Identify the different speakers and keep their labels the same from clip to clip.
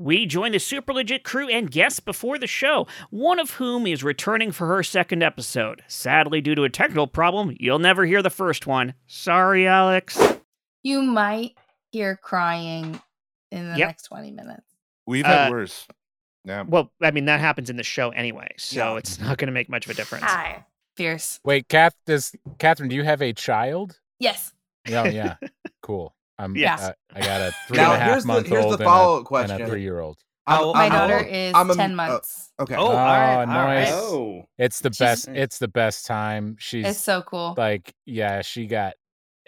Speaker 1: We join the super legit crew and guests before the show, one of whom is returning for her second episode. Sadly, due to a technical problem, you'll never hear the first one. Sorry, Alex.
Speaker 2: You might hear crying in the
Speaker 1: Yep.
Speaker 2: next 20 minutes.
Speaker 3: We've had
Speaker 1: Uh,
Speaker 3: worse. Yeah.
Speaker 1: Well, I mean, that happens in the show anyway, so
Speaker 3: Yeah.
Speaker 1: it's not going to make much of a difference.
Speaker 2: Hi. Fierce.
Speaker 4: Wait, Kath, does Catherine? Do you have a child?
Speaker 2: Yes.
Speaker 4: Yeah, Oh, yeah. cool. I'm.
Speaker 1: Yes.
Speaker 4: uh, I got a three and
Speaker 5: Now
Speaker 4: a half
Speaker 5: here's the
Speaker 4: month
Speaker 5: here's
Speaker 4: old
Speaker 5: the
Speaker 4: and a-
Speaker 5: follow up
Speaker 4: and a,
Speaker 5: question.
Speaker 4: three-year-old.
Speaker 5: How-
Speaker 2: My
Speaker 5: how
Speaker 2: daughter
Speaker 5: old-
Speaker 2: is
Speaker 5: I'm a-
Speaker 2: 10
Speaker 5: oh,
Speaker 2: months.
Speaker 5: Okay.
Speaker 4: Oh,
Speaker 2: nice.
Speaker 6: Oh,
Speaker 4: It's the
Speaker 2: She's-
Speaker 4: best. It's the best time. She's
Speaker 2: it's so cool.
Speaker 4: like, yeah, she got.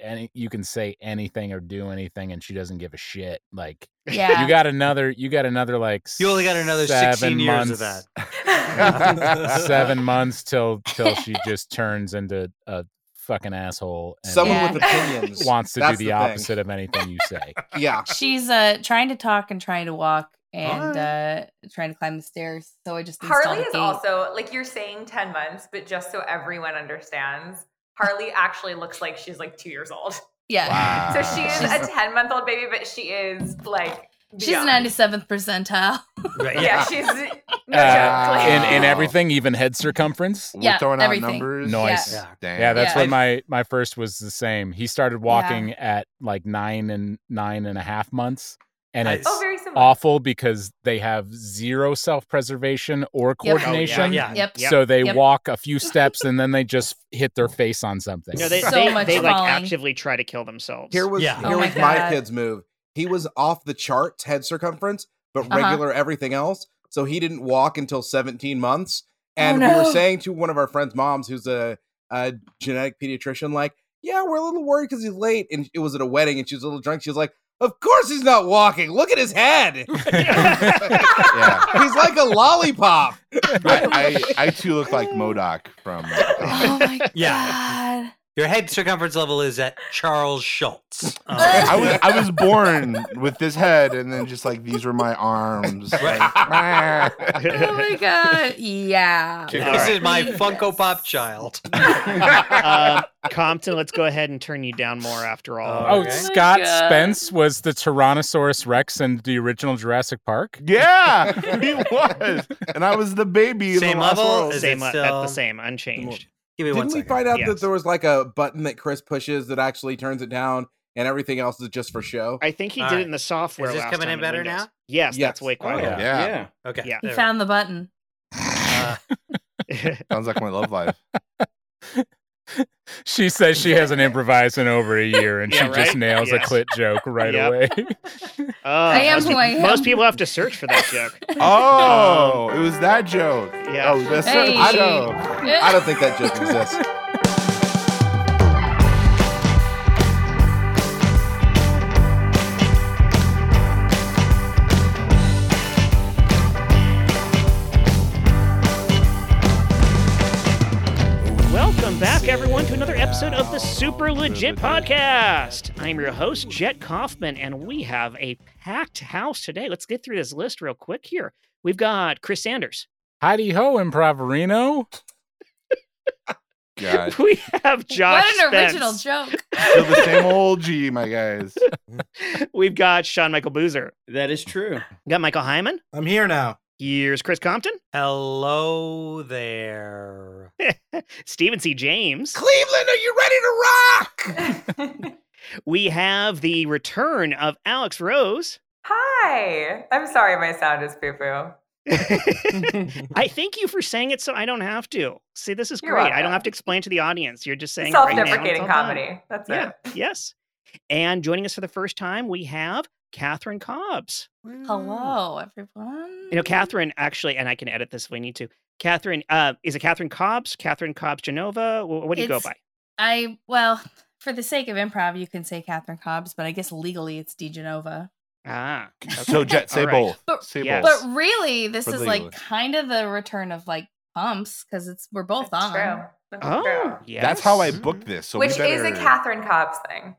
Speaker 4: Any, you can say anything or do anything, and she doesn't give a shit. Like
Speaker 2: yeah.
Speaker 4: you got another, you got another like.
Speaker 7: You only got another
Speaker 4: seven
Speaker 7: 16 years of
Speaker 4: months-
Speaker 7: that.
Speaker 4: seven months till till she just turns into a fucking asshole and
Speaker 3: Someone
Speaker 2: Yeah.
Speaker 3: with opinions.
Speaker 4: wants to do
Speaker 3: That's
Speaker 4: the,
Speaker 3: the thing.
Speaker 4: opposite of anything you say.
Speaker 3: yeah.
Speaker 2: She's uh trying to talk and trying to walk and uh trying to climb the stairs. So I just installed
Speaker 8: Harley
Speaker 2: a
Speaker 8: is
Speaker 2: gate.
Speaker 8: also like you're saying 10 months, but just so everyone understands, Harley actually looks like she's like two years old.
Speaker 2: yeah.
Speaker 3: Wow.
Speaker 8: So she is
Speaker 2: She's-
Speaker 8: a 10 month old baby, but she is like
Speaker 2: She's
Speaker 8: beyond.
Speaker 2: ninety seventh percentile.
Speaker 8: Yeah, she's no
Speaker 4: Uh,
Speaker 8: joke. Like,
Speaker 4: in in
Speaker 3: Wow.
Speaker 4: everything, even head circumference.
Speaker 3: We're
Speaker 2: Yeah,
Speaker 3: throwing out
Speaker 2: everything.
Speaker 3: numbers.
Speaker 4: Nice.
Speaker 7: Yeah.
Speaker 3: Damn.
Speaker 4: Yeah, that's
Speaker 2: Yeah.
Speaker 4: what my my first was the same. He started walking at like nine and nine and a half months, and
Speaker 7: I-
Speaker 4: it's
Speaker 8: oh, very similar.
Speaker 4: awful because they have zero self preservation or coordination.
Speaker 7: yeah.
Speaker 2: Yep.
Speaker 1: Yep.
Speaker 4: So they
Speaker 2: Yep.
Speaker 4: walk a few steps and then they just hit their face on something.
Speaker 1: No, they,
Speaker 2: So
Speaker 1: they,
Speaker 2: much
Speaker 1: they like
Speaker 2: falling.
Speaker 1: actively try to kill themselves.
Speaker 5: Here was
Speaker 7: Yeah.
Speaker 5: here
Speaker 2: Oh my
Speaker 5: was my,
Speaker 2: God.
Speaker 5: kid's move. He was off the charts head circumference, but
Speaker 2: Uh-huh.
Speaker 5: regular everything else. So he didn't walk until 17 months.
Speaker 2: Oh,
Speaker 5: And we
Speaker 2: no.
Speaker 5: were saying to one of our friends' moms, who's a, a genetic pediatrician, like, yeah, we're a little worried because he's late. And it was at a wedding and she was a little drunk. She was like, of course he's not walking. Look at his head.
Speaker 3: yeah.
Speaker 5: he's like a lollipop.
Speaker 3: I, I, I too look like Modoc from. uh,
Speaker 2: Oh my
Speaker 7: Yeah.
Speaker 2: god.
Speaker 7: Your head circumference level is at Charles Schultz. Um,
Speaker 3: I was I was born with this head, and then just like these were my arms.
Speaker 7: Right.
Speaker 2: Oh my god. Yeah.
Speaker 3: Chicken.
Speaker 7: this
Speaker 3: Alright.
Speaker 7: is my
Speaker 2: Yes.
Speaker 7: Funko Pop child.
Speaker 1: um, Compton, let's go ahead and turn you down more after all.
Speaker 4: Oh,
Speaker 7: Okay.
Speaker 4: Scott
Speaker 2: Oh my God.
Speaker 4: Spence was the Tyrannosaurus Rex in the original Jurassic Park.
Speaker 3: yeah, he was, and I was the baby. in
Speaker 7: Same
Speaker 3: the last
Speaker 7: level?
Speaker 3: world.
Speaker 7: Is it
Speaker 1: same, uh, at the
Speaker 7: still-
Speaker 1: same, unchanged.
Speaker 7: Give me one
Speaker 5: Didn't we
Speaker 7: second.
Speaker 5: find out
Speaker 1: Yes.
Speaker 5: that there was like a button that Chris pushes that actually turns it down and everything else is just for show?
Speaker 1: I think he
Speaker 7: Mm. All
Speaker 1: did
Speaker 7: right.
Speaker 1: it in the software.
Speaker 7: Is this
Speaker 1: last
Speaker 7: coming
Speaker 1: time
Speaker 7: in better
Speaker 1: Windows.
Speaker 7: now?
Speaker 1: Yes, that's
Speaker 5: Yes.
Speaker 1: way
Speaker 6: Oh,
Speaker 1: quieter.
Speaker 3: yeah.
Speaker 7: okay.
Speaker 1: Yeah.
Speaker 2: He
Speaker 7: there we
Speaker 2: found the button.
Speaker 7: go. Uh,
Speaker 3: Sounds like my love life.
Speaker 4: She says she hasn't improvised in over a year and she
Speaker 1: Yeah,
Speaker 4: just
Speaker 1: right?
Speaker 4: nails
Speaker 1: Yes.
Speaker 4: a clit joke right
Speaker 1: Yep.
Speaker 4: away.
Speaker 1: Oh,
Speaker 2: I am
Speaker 1: most,
Speaker 2: who I am.
Speaker 1: most people have to search for that joke.
Speaker 3: Oh, it was that joke.
Speaker 1: Um, Yeah.
Speaker 3: Oh, that's
Speaker 2: Hey.
Speaker 3: the show.
Speaker 5: I don't think that joke exists.
Speaker 1: Um, Welcome back, everyone, to another episode of the Super Legit Podcast. I'm your host, Jet Kaufman, and we have a packed house today. Let's get through this list real quick here. We've got Chris Sanders.
Speaker 4: Heidi ho, improverino.
Speaker 3: God,
Speaker 1: We have Josh
Speaker 2: what an original
Speaker 1: Spence.
Speaker 2: joke.
Speaker 3: still the same old G, my guys.
Speaker 1: We've got Sean Michael Boozer.
Speaker 6: that is true.
Speaker 1: We've got Michael Hyman.
Speaker 9: I'm here now.
Speaker 1: Here's Chris Compton.
Speaker 7: hello there.
Speaker 1: Stephen C. James.
Speaker 5: Cleveland, are you ready to rock?
Speaker 1: We have the return of Alex Rose.
Speaker 8: Hi. I'm sorry my sound is poo poo.
Speaker 1: I thank you for saying it so I don't have to. See, this is
Speaker 8: You're
Speaker 1: great. I don't
Speaker 8: welcome.
Speaker 1: have to explain to the audience. You're just saying it right now.
Speaker 8: Self
Speaker 1: It's
Speaker 8: deprecating
Speaker 1: all done.
Speaker 8: comedy. That's
Speaker 1: Yeah.
Speaker 8: it.
Speaker 1: Yes. And joining us for the first time, we have Catherine Cobbs.
Speaker 2: Hello, everyone.
Speaker 1: You know, Catherine actually, and I can edit this if we need to. Catherine, uh, is it Catherine Cobbs? Catherine Cobbs Genova? Wh- What do you go
Speaker 2: It's-
Speaker 1: by?
Speaker 2: I well, for the sake of improv, you can say Catherine Cobbs, but I guess legally it's DeGenova.
Speaker 1: Ah,
Speaker 3: So Jet, say
Speaker 1: All right.
Speaker 3: both.
Speaker 2: But-
Speaker 3: Say
Speaker 1: yes.
Speaker 3: both.
Speaker 2: But really, this
Speaker 3: But
Speaker 2: is
Speaker 3: legally.
Speaker 2: like kind of the return of like pumps because it's we're both
Speaker 8: That's
Speaker 2: on.
Speaker 8: true. That's
Speaker 1: oh,
Speaker 8: true.
Speaker 1: yes.
Speaker 3: That's how I booked this. So we
Speaker 8: Which is
Speaker 3: better-
Speaker 8: a Catherine Cobbs thing.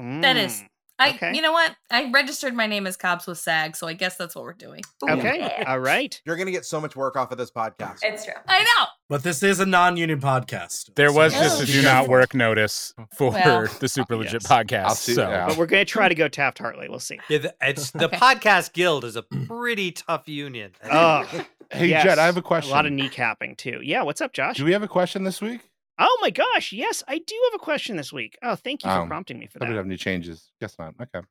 Speaker 1: Mm.
Speaker 2: That is I,
Speaker 1: Okay.
Speaker 2: you know what? I registered my name as Cobbs with SAG, so I guess that's what we're doing.
Speaker 8: Ooh,
Speaker 1: Okay.
Speaker 8: yeah.
Speaker 1: All right.
Speaker 5: You're gonna get so much work off of this podcast.
Speaker 8: It's true.
Speaker 2: I know.
Speaker 6: But this is a non-union podcast.
Speaker 4: There
Speaker 6: so
Speaker 4: was
Speaker 6: you
Speaker 4: just
Speaker 6: gotta
Speaker 4: a
Speaker 6: be
Speaker 4: do not
Speaker 6: careful.
Speaker 4: work notice for
Speaker 2: Well.
Speaker 4: the Super Legit
Speaker 1: Yes.
Speaker 4: podcast.
Speaker 3: I'll see-
Speaker 4: so
Speaker 3: yeah.
Speaker 1: But we're going to try to go Taft Hartley. We'll see.
Speaker 7: Yeah, the, it's the
Speaker 2: Okay.
Speaker 7: podcast guild is a pretty tough union.
Speaker 1: Oh,
Speaker 3: Hey,
Speaker 1: yes.
Speaker 3: Jet, I have a
Speaker 1: a
Speaker 3: question.
Speaker 1: lot of kneecapping, too. Yeah. What's up, Josh?
Speaker 3: Do we have a question this week?
Speaker 1: Oh, my gosh. Yes, I do have a question this week. Oh, thank you for
Speaker 3: Oh,
Speaker 1: prompting me for
Speaker 3: I don't
Speaker 1: that.
Speaker 3: have any changes. Guess not. Okay.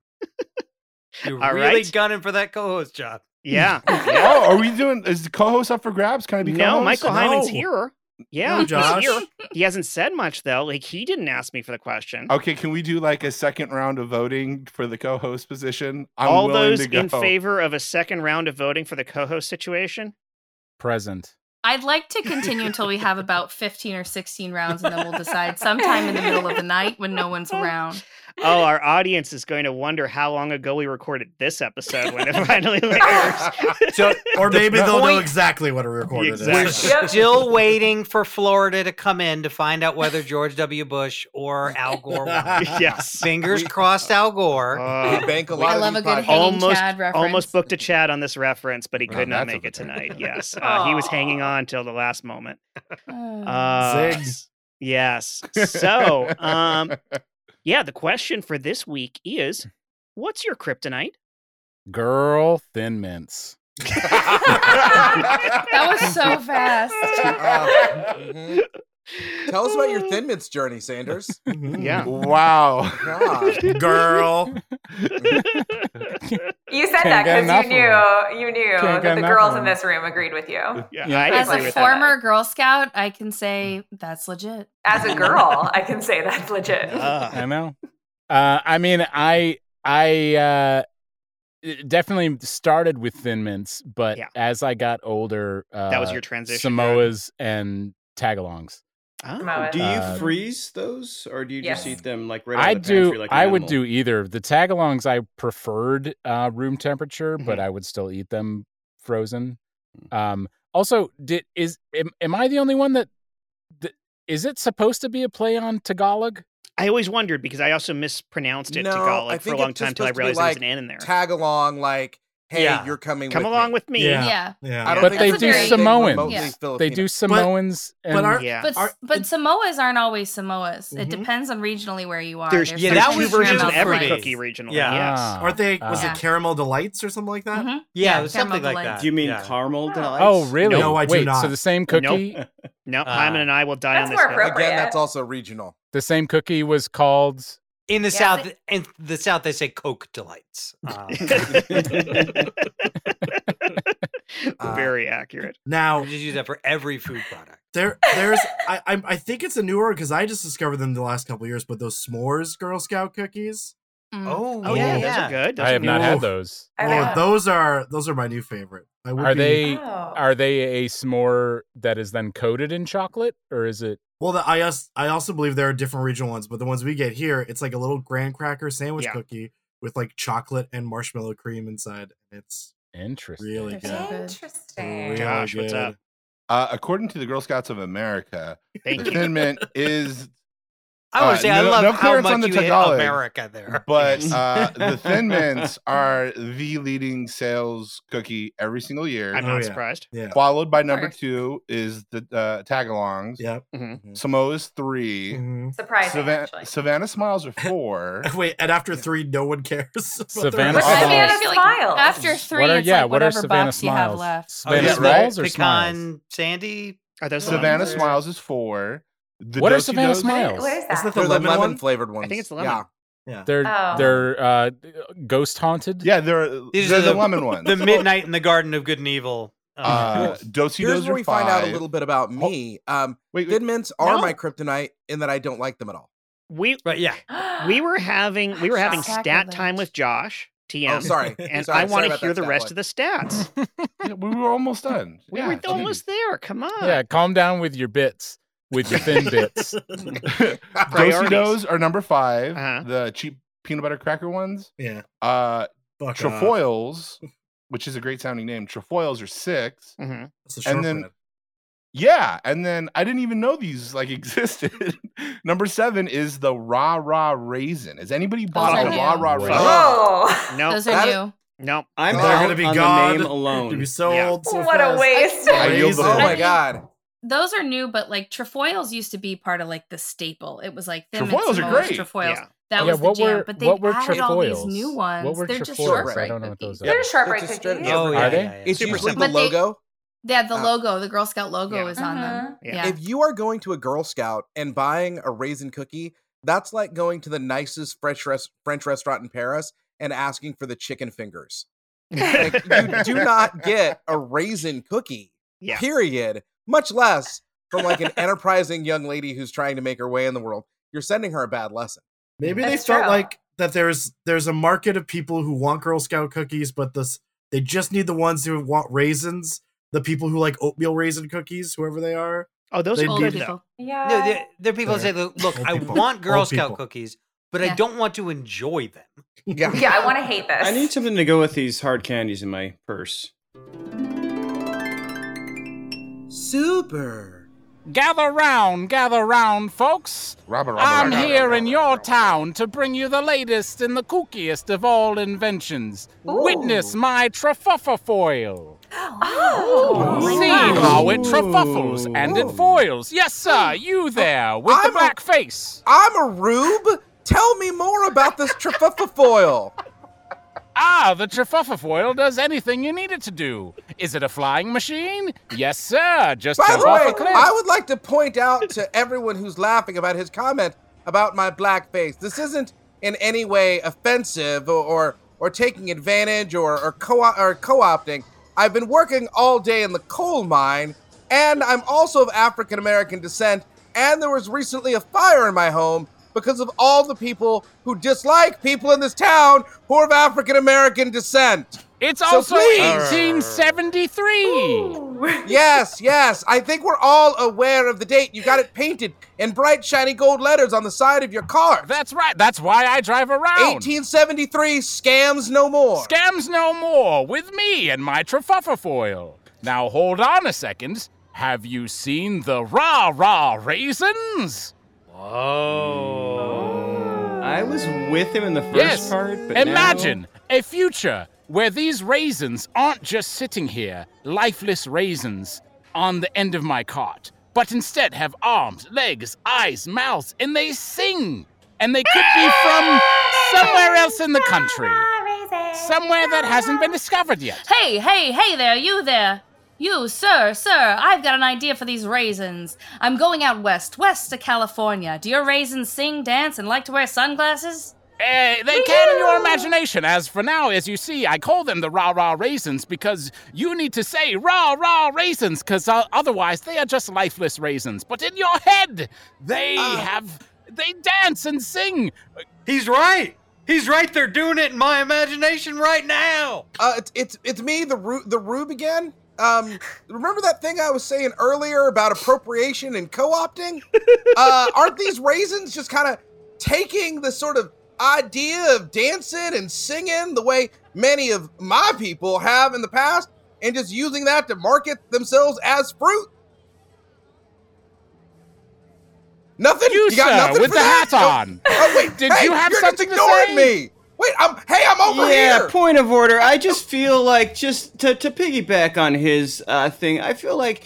Speaker 7: You're
Speaker 1: all
Speaker 7: really
Speaker 1: right.
Speaker 7: gunning for that co-host job.
Speaker 1: Yeah.
Speaker 3: oh, are we doing? Is the co-host up for grabs? Can I be?
Speaker 1: No,
Speaker 3: co-host?
Speaker 1: Michael Hyman's
Speaker 6: No.
Speaker 1: here. Yeah.
Speaker 6: No,
Speaker 1: he's
Speaker 6: Josh.
Speaker 1: here. He hasn't said much, though. Like, he didn't ask me for the question.
Speaker 3: Okay, can we do like a second round of voting for the co-host position? I'm
Speaker 1: All
Speaker 3: willing
Speaker 1: those
Speaker 3: to go.
Speaker 1: in favor of a second round of voting for the co host situation?
Speaker 4: present.
Speaker 2: I'd like to continue until we have about 15 or 16 rounds, and then we'll decide sometime in the middle of the night when no one's around.
Speaker 1: Oh, our audience is going to wonder how long ago we recorded this episode when it finally airs.
Speaker 3: So,
Speaker 6: Or
Speaker 3: The
Speaker 6: maybe they'll know
Speaker 7: point-
Speaker 6: exactly what a recorder
Speaker 1: Exactly.
Speaker 6: is.
Speaker 8: Yep.
Speaker 7: Still waiting for Florida to come in to find out whether George W. Bush or Al Gore won.
Speaker 1: yes.
Speaker 7: Fingers crossed, Al Gore.
Speaker 1: Uh,
Speaker 5: we bank a lot
Speaker 2: I
Speaker 5: of
Speaker 2: love a
Speaker 5: these
Speaker 2: good
Speaker 5: podcasts-
Speaker 2: hanging
Speaker 1: Almost-
Speaker 2: Chad reference.
Speaker 1: almost booked a chat on this reference, but he
Speaker 3: Wow,
Speaker 1: could not
Speaker 3: Oh, that's
Speaker 1: make it
Speaker 3: overtime.
Speaker 1: tonight. Yes. Uh, he was hanging
Speaker 8: Aw.
Speaker 1: on till the last moment.
Speaker 2: Oh.
Speaker 1: Uh,
Speaker 6: Zig.
Speaker 1: s- Yes. So, um, yeah, the question for this week is what's your kryptonite?
Speaker 4: Girl, thin mints.
Speaker 2: that was so fast.
Speaker 5: Uh, mhm. Tell us about your Thin Mints journey, Sanders. Oh
Speaker 1: Yeah.
Speaker 3: wow.
Speaker 5: God.
Speaker 6: Girl.
Speaker 8: You
Speaker 4: Can't
Speaker 8: said
Speaker 4: get
Speaker 8: that because
Speaker 4: enough
Speaker 8: you
Speaker 4: of
Speaker 8: knew you knew
Speaker 4: Can't get
Speaker 8: that the
Speaker 4: enough
Speaker 8: girls
Speaker 4: of
Speaker 8: in
Speaker 4: them.
Speaker 8: this room agreed with you.
Speaker 1: Yeah,
Speaker 4: Yeah.
Speaker 1: I
Speaker 2: As
Speaker 1: agree
Speaker 2: a
Speaker 1: with Mm.
Speaker 2: former Girl Scout, I can say that's legit.
Speaker 8: As a girl, I can say that's legit.
Speaker 1: that. Uh,
Speaker 4: I know. Uh, I mean, I I uh, it definitely started with Thin Mints, but
Speaker 1: Yeah.
Speaker 4: as I got older, uh,
Speaker 1: that was your transition. Rob.
Speaker 4: Samoas and tagalongs.
Speaker 1: Oh.
Speaker 8: Samoa.
Speaker 9: Do you
Speaker 4: Uh,
Speaker 9: freeze those, or do you just
Speaker 8: Yes.
Speaker 9: eat them like right? Out
Speaker 4: I
Speaker 9: of the pantry,
Speaker 4: do.
Speaker 9: Like an
Speaker 4: I would
Speaker 9: animal?
Speaker 4: do e- either. The tagalongs I preferred uh, room temperature, but
Speaker 1: Mhm.
Speaker 4: I would still eat them frozen.
Speaker 1: Mm.
Speaker 4: Um, also, did is am, am I the only one that th- is it supposed to be a play on Tagalog?
Speaker 1: I always wondered because I also mispronounced it
Speaker 5: No,
Speaker 1: Tagalog
Speaker 5: I
Speaker 1: for a
Speaker 5: think
Speaker 1: long
Speaker 5: it's
Speaker 1: time
Speaker 5: just
Speaker 1: until I
Speaker 5: supposed to be
Speaker 1: realized
Speaker 5: like
Speaker 1: there was an N in there.
Speaker 5: Tag along, like, hey,
Speaker 7: Yeah.
Speaker 5: you're coming.
Speaker 1: Come
Speaker 5: with
Speaker 1: along
Speaker 5: me.
Speaker 1: with me.
Speaker 6: Yeah.
Speaker 2: Yeah.
Speaker 6: Yeah.
Speaker 5: I don't
Speaker 4: But
Speaker 5: think
Speaker 4: they
Speaker 5: that's
Speaker 2: do
Speaker 5: anything
Speaker 4: Samoans.
Speaker 5: remotely
Speaker 2: Yeah.
Speaker 4: They
Speaker 5: Filipino.
Speaker 4: do Samoans, and
Speaker 6: But aren't
Speaker 1: Yeah. Mm-hmm.
Speaker 2: But
Speaker 6: Are-
Speaker 2: s but
Speaker 6: it-
Speaker 2: Samoas aren't always Samoas. It
Speaker 6: Mhm.
Speaker 2: depends on regionally where you are.
Speaker 1: There's,
Speaker 7: Yeah,
Speaker 1: there's
Speaker 7: that
Speaker 1: two
Speaker 7: was
Speaker 1: versions of
Speaker 7: just
Speaker 1: every
Speaker 7: me.
Speaker 1: cookie regionally.
Speaker 7: Yeah.
Speaker 4: Ah.
Speaker 6: aren't they? Was
Speaker 2: Yeah.
Speaker 6: it caramel delights or something like that?
Speaker 2: Mhm.
Speaker 7: yeah,
Speaker 2: Yeah,
Speaker 7: it was something
Speaker 2: caramel
Speaker 7: like that.
Speaker 9: Do you mean
Speaker 7: Yeah.
Speaker 9: caramel delights?
Speaker 4: Oh, really?
Speaker 6: No, I do
Speaker 4: Wait, So
Speaker 6: not.
Speaker 4: the same
Speaker 1: Nope.
Speaker 4: cookie,
Speaker 1: No,
Speaker 7: Ah.
Speaker 1: Hyman and I will die
Speaker 8: That's
Speaker 1: on this.
Speaker 8: more
Speaker 1: hill.
Speaker 8: appropriate.
Speaker 5: Again, that's also regional.
Speaker 4: the same cookie was called.
Speaker 7: In the
Speaker 2: Yeah,
Speaker 7: south, in the south, they say Coke delights. Um,
Speaker 5: Uh,
Speaker 1: Very accurate.
Speaker 6: Now
Speaker 7: we just use that for every food product.
Speaker 6: there, there's. I, I, I think it's a newer because I just discovered them the last couple of years. But those s'mores Girl Scout cookies,
Speaker 2: Mm.
Speaker 7: Oh,
Speaker 1: Oh yeah,
Speaker 7: yeah,
Speaker 1: those are good. Those
Speaker 4: I
Speaker 1: are
Speaker 4: have
Speaker 1: good.
Speaker 4: not
Speaker 6: Ooh.
Speaker 4: had those.
Speaker 8: I
Speaker 6: oh,
Speaker 8: know.
Speaker 6: those are those are my new favorite. I would
Speaker 4: Are
Speaker 6: be-
Speaker 4: they?
Speaker 8: Oh.
Speaker 4: Are they a s'more that is then coated in chocolate, or is it?
Speaker 6: Well, the, I also, I also believe there are different regional ones, but the ones we get here, it's like a little graham cracker sandwich
Speaker 1: Yeah.
Speaker 6: cookie with like chocolate and marshmallow cream inside. It's
Speaker 4: Interesting.
Speaker 6: really
Speaker 2: They're
Speaker 6: good.
Speaker 2: so good.
Speaker 8: Interesting.
Speaker 6: Really
Speaker 1: Josh, what's
Speaker 6: good.
Speaker 1: up?
Speaker 3: Uh, according to the Girl Scouts of America, the
Speaker 1: Thank you.
Speaker 3: Thin Mint is,
Speaker 7: I would
Speaker 3: Uh,
Speaker 7: say I
Speaker 3: no-
Speaker 7: love
Speaker 3: no
Speaker 7: how
Speaker 3: clearance
Speaker 7: much
Speaker 3: on the
Speaker 7: you hit
Speaker 3: Tagalog.
Speaker 7: America there.
Speaker 3: but uh, the Thin Mints are the leading sales cookie every single year.
Speaker 1: I'm
Speaker 6: Oh,
Speaker 1: not
Speaker 6: yeah.
Speaker 1: surprised.
Speaker 6: Yeah.
Speaker 3: Followed by number
Speaker 2: Sorry.
Speaker 3: two is the uh, Tagalongs.
Speaker 6: Yep.
Speaker 7: Mm-hmm.
Speaker 6: Mm-hmm.
Speaker 1: Mhm.
Speaker 3: Samoa's three.
Speaker 6: Mhm.
Speaker 8: Surprising,
Speaker 3: Savannah,
Speaker 8: actually.
Speaker 3: Savannah Smiles are four.
Speaker 6: Wait, and after three, no one cares. about the
Speaker 4: Savannah
Speaker 2: But
Speaker 6: rest.
Speaker 3: Smiles.
Speaker 2: Savannah
Speaker 8: Smiles.
Speaker 2: Smiles. After three,
Speaker 4: what are
Speaker 2: it's
Speaker 4: yeah?
Speaker 2: like
Speaker 4: what are
Speaker 2: whatever
Speaker 4: Savannah
Speaker 2: box
Speaker 4: smiles?
Speaker 2: you have
Speaker 7: Oh,
Speaker 2: left.
Speaker 4: Savannah
Speaker 7: yeah,
Speaker 3: Is it right?
Speaker 4: smiles or
Speaker 7: Pecan
Speaker 4: smiles?
Speaker 7: Sandy.
Speaker 1: Are those the
Speaker 3: Savannah
Speaker 1: ones?
Speaker 3: Smiles is four. The
Speaker 4: What are
Speaker 3: Dosey
Speaker 4: Savannah
Speaker 3: Dos-
Speaker 8: What-
Speaker 4: Smiles?
Speaker 8: What is
Speaker 6: Isn't
Speaker 8: that?
Speaker 6: that the
Speaker 5: They're
Speaker 6: lemon,
Speaker 5: lemon
Speaker 6: one?
Speaker 5: flavored ones.
Speaker 1: it's lemon.
Speaker 5: Yeah.
Speaker 4: They're
Speaker 8: Oh.
Speaker 4: they're uh, ghost haunted.
Speaker 3: Yeah, they're
Speaker 7: These
Speaker 3: they're
Speaker 7: are
Speaker 3: the,
Speaker 7: the-
Speaker 3: lemon ones.
Speaker 7: The Midnight in the Garden of Good and Evil. Um,
Speaker 3: uh, Dosey
Speaker 5: Here's
Speaker 3: Dos
Speaker 5: where
Speaker 3: are
Speaker 5: we find out a
Speaker 3: five.
Speaker 5: little bit about
Speaker 3: Hol-
Speaker 5: me. Um,
Speaker 3: Wait, wait,
Speaker 5: Thin Mints are
Speaker 1: No.
Speaker 5: my kryptonite in that I don't like them at all.
Speaker 1: We
Speaker 7: but yeah,
Speaker 1: we were having we were having stat
Speaker 2: Sacrilege.
Speaker 1: time with Josh TM.
Speaker 5: Oh, sorry.
Speaker 1: And
Speaker 5: Sorry,
Speaker 1: I
Speaker 5: sorry
Speaker 1: want to
Speaker 5: about
Speaker 1: hear
Speaker 5: that
Speaker 1: the
Speaker 5: stat
Speaker 1: rest
Speaker 5: one.
Speaker 1: of the stats.
Speaker 3: yeah, we were almost done.
Speaker 1: we
Speaker 3: Yeah,
Speaker 1: were
Speaker 3: gee.
Speaker 1: almost there. Come on.
Speaker 4: yeah. Calm down with your bits, with your thin bits.
Speaker 3: Dosey
Speaker 1: Priorities.
Speaker 3: Dos are number 5
Speaker 1: Uh-huh.
Speaker 3: The cheap peanut butter cracker ones.
Speaker 6: Yeah.
Speaker 3: Uh,
Speaker 6: Fuck off.
Speaker 3: Trefoils, which is a great sounding name. Trefoils are six.
Speaker 1: Mhm.
Speaker 6: It's a
Speaker 3: and then-
Speaker 6: shortbread.
Speaker 3: Yeah, and then I didn't even know these like existed. Number seven is the rah rah raisin. Has anybody bought
Speaker 2: are
Speaker 3: a
Speaker 2: new.
Speaker 3: rah rah
Speaker 4: Wow.
Speaker 3: raisin?
Speaker 8: Oh,
Speaker 1: No,
Speaker 2: Those
Speaker 5: that-
Speaker 2: are new.
Speaker 1: no.
Speaker 9: I'm
Speaker 5: They're
Speaker 9: out
Speaker 6: gonna be
Speaker 9: on
Speaker 6: gone.
Speaker 9: the name
Speaker 6: You'd be
Speaker 9: alone.
Speaker 6: so
Speaker 1: Yeah.
Speaker 6: old. So
Speaker 8: what a
Speaker 6: fast.
Speaker 8: waste.
Speaker 3: I yield the
Speaker 6: Raisin.
Speaker 5: Oh
Speaker 3: floor.
Speaker 5: my god.
Speaker 2: Those are new, but like trefoils used to be part of like the staple. It was like them
Speaker 3: Trefoils
Speaker 2: trefoils
Speaker 3: are
Speaker 2: and
Speaker 3: great.
Speaker 2: great. trefoils.
Speaker 1: Yeah.
Speaker 2: That
Speaker 4: Oh, yeah,
Speaker 2: was the
Speaker 4: what
Speaker 2: jam.
Speaker 4: were
Speaker 2: but they
Speaker 4: what were
Speaker 2: added all these
Speaker 4: trefoils?
Speaker 2: new ones.
Speaker 4: What were
Speaker 2: They're just
Speaker 4: trefoils?
Speaker 2: shortbread
Speaker 4: I don't know what
Speaker 2: cookies.
Speaker 4: those are.
Speaker 8: They're shortbread
Speaker 5: It's just
Speaker 8: cookies.
Speaker 5: straight-
Speaker 7: Oh, yeah,
Speaker 4: Are they?
Speaker 7: yeah, yeah.
Speaker 5: It's
Speaker 1: Super
Speaker 5: usually
Speaker 1: simple.
Speaker 5: the
Speaker 2: But they-
Speaker 5: logo.
Speaker 2: Yeah, the
Speaker 5: Uh,
Speaker 2: logo, the Girl Scout logo
Speaker 1: yeah.
Speaker 2: is on them.
Speaker 6: Uh-huh.
Speaker 8: Mhm.
Speaker 1: Yeah.
Speaker 2: Yeah.
Speaker 5: If you are going to a Girl Scout and buying a raisin cookie, that's like going to the nicest French res- French restaurant in Paris and asking for the chicken fingers. Like, you do not get a raisin cookie.
Speaker 1: Yeah.
Speaker 5: Period. Much less from like an enterprising young lady who's trying to make her way in the world. You're sending her a bad lesson.
Speaker 6: Maybe
Speaker 8: That's
Speaker 6: they felt
Speaker 8: true.
Speaker 6: like that there's there's a market of people who want Girl Scout cookies, but this they just need the ones who want raisins, the people who like oatmeal raisin cookies, whoever they are.
Speaker 1: Oh, those
Speaker 6: They
Speaker 1: are
Speaker 2: Older
Speaker 1: good
Speaker 6: did
Speaker 1: though.
Speaker 2: people.
Speaker 8: Yeah.
Speaker 7: No, there, there are people who say, "Look, look,
Speaker 6: Old
Speaker 7: I
Speaker 6: people.
Speaker 7: want Girl
Speaker 6: Old
Speaker 7: Scout
Speaker 6: people.
Speaker 7: cookies, but I
Speaker 2: Yeah.
Speaker 7: don't want to enjoy them."
Speaker 5: Yeah.
Speaker 8: yeah, I want to hate this.
Speaker 9: I need something to go with these hard candies in my purse.
Speaker 5: Super.
Speaker 4: Gather round, gather round, folks.
Speaker 3: Rah-rah, rah-rah,
Speaker 4: I'm
Speaker 3: rah-rah,
Speaker 4: here in
Speaker 3: rah-rah,
Speaker 4: your
Speaker 3: rah-rah.
Speaker 4: town to bring you the latest and the kookiest of all inventions. Witness my trefufafoil.
Speaker 8: Oh,
Speaker 4: See how it trefuffles and it foils. Yes, sir, you there with
Speaker 5: Oh. I'm
Speaker 4: the
Speaker 5: a-
Speaker 4: black face.
Speaker 5: I'm a rube. Tell me more about this trefufafoil.
Speaker 4: Ah, the trefufafoil does anything you need it to do. Is it a flying machine? Yes, sir. Just
Speaker 5: By
Speaker 4: jump
Speaker 5: the
Speaker 4: off a
Speaker 5: way,
Speaker 4: cliff.
Speaker 5: I would like to point out to everyone who's laughing about his comment about my blackface. This isn't in any way offensive or or, or taking advantage or or, co- or co-opting. I've been working all day in the coal mine, and I'm also of African American descent. And there was recently a fire in my home because of all the people who dislike people in this town who are of African American descent.
Speaker 4: It's
Speaker 5: So
Speaker 4: also
Speaker 5: please-
Speaker 4: 1873.
Speaker 5: Yes, yes. I think we're all aware of the date. You got it painted in bright, shiny gold letters on the side of your car.
Speaker 4: That's right. That's why I drive around.
Speaker 5: 1873 scams no more.
Speaker 4: Scams no more with me and my trefufafoil. Now hold on a second. Have you seen the rah rah raisins?
Speaker 9: I was with him in the first
Speaker 4: yes.
Speaker 9: part, but now-
Speaker 4: Imagine a future where these raisins aren't just sitting here, lifeless raisins, on the end of my cart, but instead have arms, legs, eyes, mouths, and they sing. And they could be from somewhere else in the country, somewhere that hasn't been discovered yet.
Speaker 2: Hey, hey, hey there, you there. You, sir, sir, I've got an idea for these raisins. I'm going out west, west to California. Do your raisins sing, dance, and like to wear sunglasses?
Speaker 4: Eh, they can in your imagination. As for now, as you see, I call them the rah rah raisins because you need to say rah rah raisins because uh, otherwise they are just lifeless raisins. But in your head, they have. They dance and sing.
Speaker 7: Ah. He's right. He's right. They're doing it in my imagination right now.
Speaker 5: Uh, it's, it's it's me, the Ru- the Rube again. Um, remember that thing I was saying earlier about appropriation and co-opting? Uh, aren't these raisins just kind of taking the sort of idea of dancing and singing the way many of my people have in the past, and just using that to market themselves as fruit? Nothing.
Speaker 4: You,
Speaker 5: got
Speaker 4: sir,
Speaker 5: nothing
Speaker 4: with
Speaker 5: for
Speaker 4: the
Speaker 5: that?
Speaker 4: hat on.
Speaker 5: Oh wait,
Speaker 4: Did
Speaker 5: hey,
Speaker 4: you have
Speaker 5: you're
Speaker 4: something to
Speaker 5: just ignoring
Speaker 4: say?
Speaker 5: me? Wait, I'm. Hey, I'm over
Speaker 9: yeah,
Speaker 5: here.
Speaker 9: point of order. I just feel like just to, to piggyback on his uh, thing. I feel like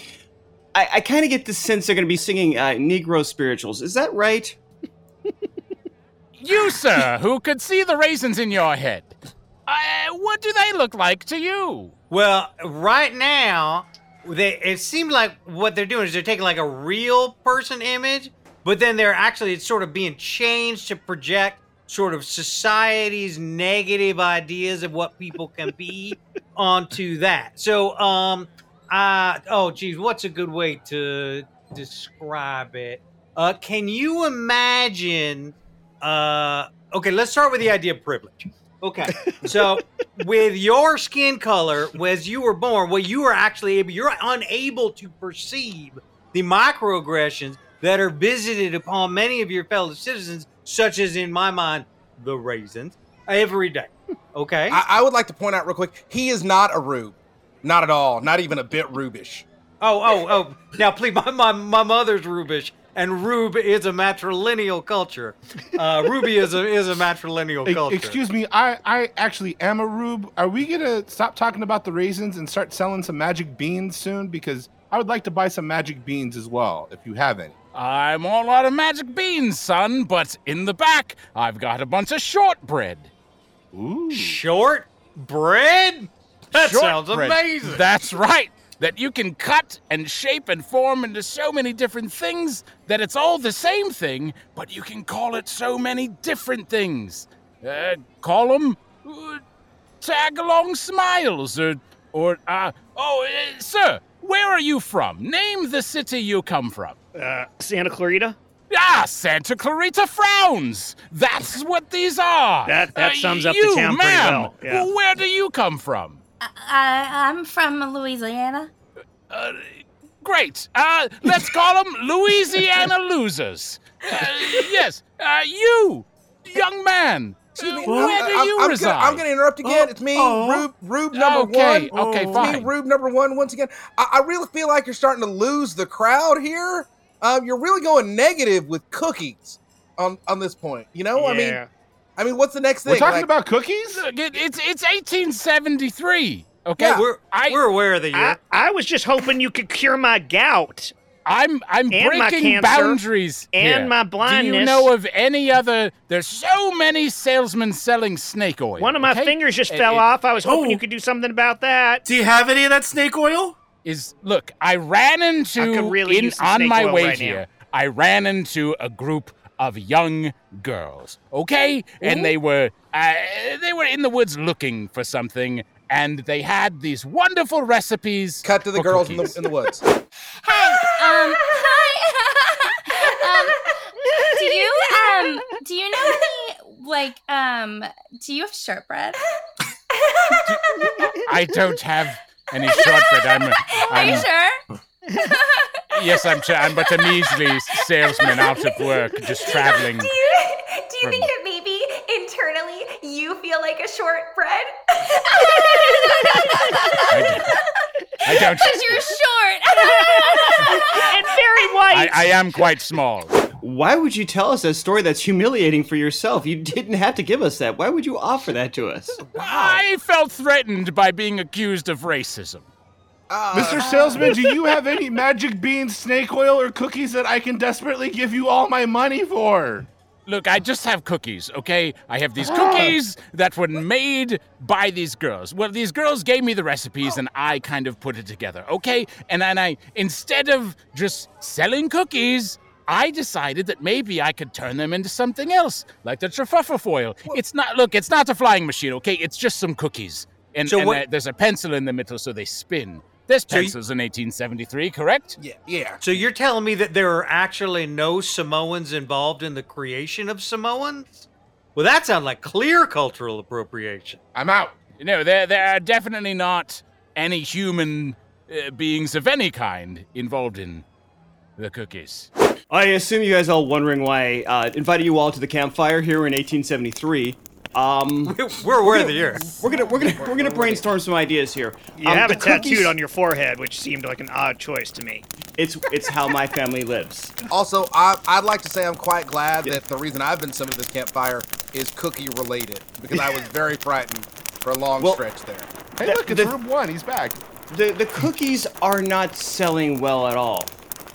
Speaker 9: I, I kind of get the sense they're going to be singing uh, Negro spirituals. Is that right?
Speaker 4: You, sir, who could see the raisins in your head. Uh, what do they look like to you?
Speaker 7: Well, right now, they it seemed like what they're doing is they're taking like a real person image, but then they're actually it's sort of being changed to project sort of society's negative ideas of what people can be onto that. So, um, uh, oh, geez, what's a good way to describe it? Uh, can you imagine? Uh, okay, let's start with the idea of privilege. Okay, so with your skin color as you were born, well, you are actually able, you're unable to perceive the microaggressions that are visited upon many of your fellow citizens, such as in my mind, the raisins, every day. Okay.
Speaker 5: I, I would like to point out real quick, he is not a rube. Not at all. Not even a bit rubish.
Speaker 7: Oh, oh, oh. Now, please, my, my, my mother's Rubish, and Rube is a matrilineal culture. Uh, Ruby is a, is a matrilineal
Speaker 3: E-
Speaker 7: culture.
Speaker 3: Excuse me, I, I actually am a rube. Are we gonna stop talking about the raisins and start selling some magic beans soon? Because I would like to buy some magic beans as well, if you have any.
Speaker 4: I'm all out of magic beans, son, but in the back, I've got a bunch of shortbread.
Speaker 3: Ooh.
Speaker 7: Short bread? That sounds
Speaker 4: Shortbread.
Speaker 7: amazing.
Speaker 4: That's right. That you can cut and shape and form into so many different things that it's all the same thing, but you can call it so many different things. Uh, call them uh, tag along smiles or, or uh, oh, uh, sir, where are you from? Name the city you come from.
Speaker 1: Uh, Santa Clarita?
Speaker 4: Ah, Santa Clarita frowns. That's what these are. Uh,
Speaker 1: That- that sums up the
Speaker 4: you,
Speaker 1: town pretty
Speaker 4: ma'am,
Speaker 1: well, yeah.
Speaker 4: Where do you come from?
Speaker 2: I, I'm from Louisiana.
Speaker 4: Uh, great. Uh, let's call them Louisiana losers. Uh, yes. Uh, you, young man. uh, where do
Speaker 5: I'm,
Speaker 4: you
Speaker 5: I'm
Speaker 4: reside?
Speaker 5: Gonna, I'm gonna interrupt again. it's me,
Speaker 6: oh.
Speaker 5: Rube, Rube number
Speaker 4: okay.
Speaker 5: one.
Speaker 4: Okay.
Speaker 6: Oh.
Speaker 5: It's
Speaker 4: Fine.
Speaker 5: me, Rube number one, once again. I, I really feel like you're starting to lose the crowd here. Um, you're really going negative with cookies on on this point. You know, I mean,
Speaker 1: Yeah.
Speaker 5: I mean, what's the next thing?
Speaker 3: We're talking
Speaker 5: Like,
Speaker 3: about cookies?
Speaker 4: Look, it- it's it's 1873. Okay.
Speaker 5: Yeah.
Speaker 7: We're,
Speaker 4: I-
Speaker 7: we're aware of the year.
Speaker 1: I, I was just hoping you could cure my gout
Speaker 4: I'm I'm
Speaker 1: And my
Speaker 4: breaking
Speaker 1: cancer,
Speaker 4: boundaries
Speaker 1: and
Speaker 4: here.
Speaker 1: my
Speaker 4: Do
Speaker 1: blindness.
Speaker 4: you know of any other? There's so many salesmen selling snake oil.
Speaker 1: One of my
Speaker 4: okay? Eh,
Speaker 1: fingers just
Speaker 4: It-
Speaker 1: fell
Speaker 4: it-
Speaker 1: off. I was hoping
Speaker 6: Oh.
Speaker 1: you could do something about that.
Speaker 6: Do you have any of that snake oil?
Speaker 4: is look, I ran into
Speaker 1: I could really
Speaker 4: in,
Speaker 1: use some
Speaker 4: on
Speaker 1: snake
Speaker 4: my
Speaker 1: oil
Speaker 4: way
Speaker 1: right now.
Speaker 4: here. I ran into a group of young girls, okay, and they were uh, they were in the woods looking for something, and they had these wonderful recipes.
Speaker 5: cut to the
Speaker 4: for
Speaker 5: girls in the,
Speaker 4: cookies.
Speaker 5: in the woods.
Speaker 2: Hey, um, hi. um, do you um do you know any like um do you have shortbread?
Speaker 4: I don't have any shortbread. I'm, a-
Speaker 2: Are you
Speaker 4: I'm
Speaker 2: sure?
Speaker 4: yes, I'm, sure- I'm but a measly salesman out of work, uh, just traveling.
Speaker 8: Do you, do you
Speaker 4: from-
Speaker 8: think that maybe internally you feel like a shortbread?
Speaker 4: I, I don't.
Speaker 2: Because you're short.
Speaker 1: and very white.
Speaker 4: I, I am quite small.
Speaker 9: Why would you tell us that story that's humiliating for yourself? You didn't have to give us that. Why would you offer that to us?
Speaker 4: I felt threatened by being accused of racism.
Speaker 3: Mr. Salesman, do you have any magic beans, snake oil, or cookies that I can desperately give you all my money for?
Speaker 4: Look, I just have cookies, okay? I have these
Speaker 3: Ah.
Speaker 4: cookies that were made by these girls. Well, these girls gave me the recipes and I kind of put it together, okay? And then I, instead of just selling cookies, I decided that maybe I could turn them into something else, like the trefufa foil. It's not, look, it's not a flying machine, okay? It's just some cookies. And,
Speaker 7: So
Speaker 4: and
Speaker 7: what-
Speaker 4: uh, there's a pencil in the middle, so they spin. There's
Speaker 7: So you-
Speaker 4: pencils in 1873, correct?
Speaker 5: yeah, yeah.
Speaker 7: So you're telling me that there are actually no Samoans involved in the creation of Samoans? Well, that sounds like clear cultural appropriation.
Speaker 3: I'm out.
Speaker 4: No, there, there are definitely not any human uh, beings of any kind involved in the cookies.
Speaker 9: I assume you guys all wondering why I uh, invited you all to the campfire here in 1873. Um,
Speaker 7: We're aware of the year.
Speaker 9: we're gonna we're gonna we're gonna brainstorm some ideas here. Um,
Speaker 1: you have it tattooed on your forehead, which seemed like an odd choice to me.
Speaker 9: It's it's how my family lives.
Speaker 5: Also, I, I'd like to say I'm quite glad that the reason I've been summoned to this campfire is cookie related because I was very frightened for a long
Speaker 9: Well-
Speaker 5: stretch there.
Speaker 3: Hey,
Speaker 9: The-
Speaker 3: look, it's
Speaker 9: the-
Speaker 3: Rube One. He's back.
Speaker 9: The the cookies are not selling well at all.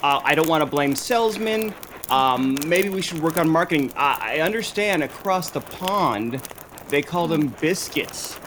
Speaker 9: Uh, I don't want to blame salesmen. Um, maybe we should work on marketing. I I understand across the pond, they call them biscuits.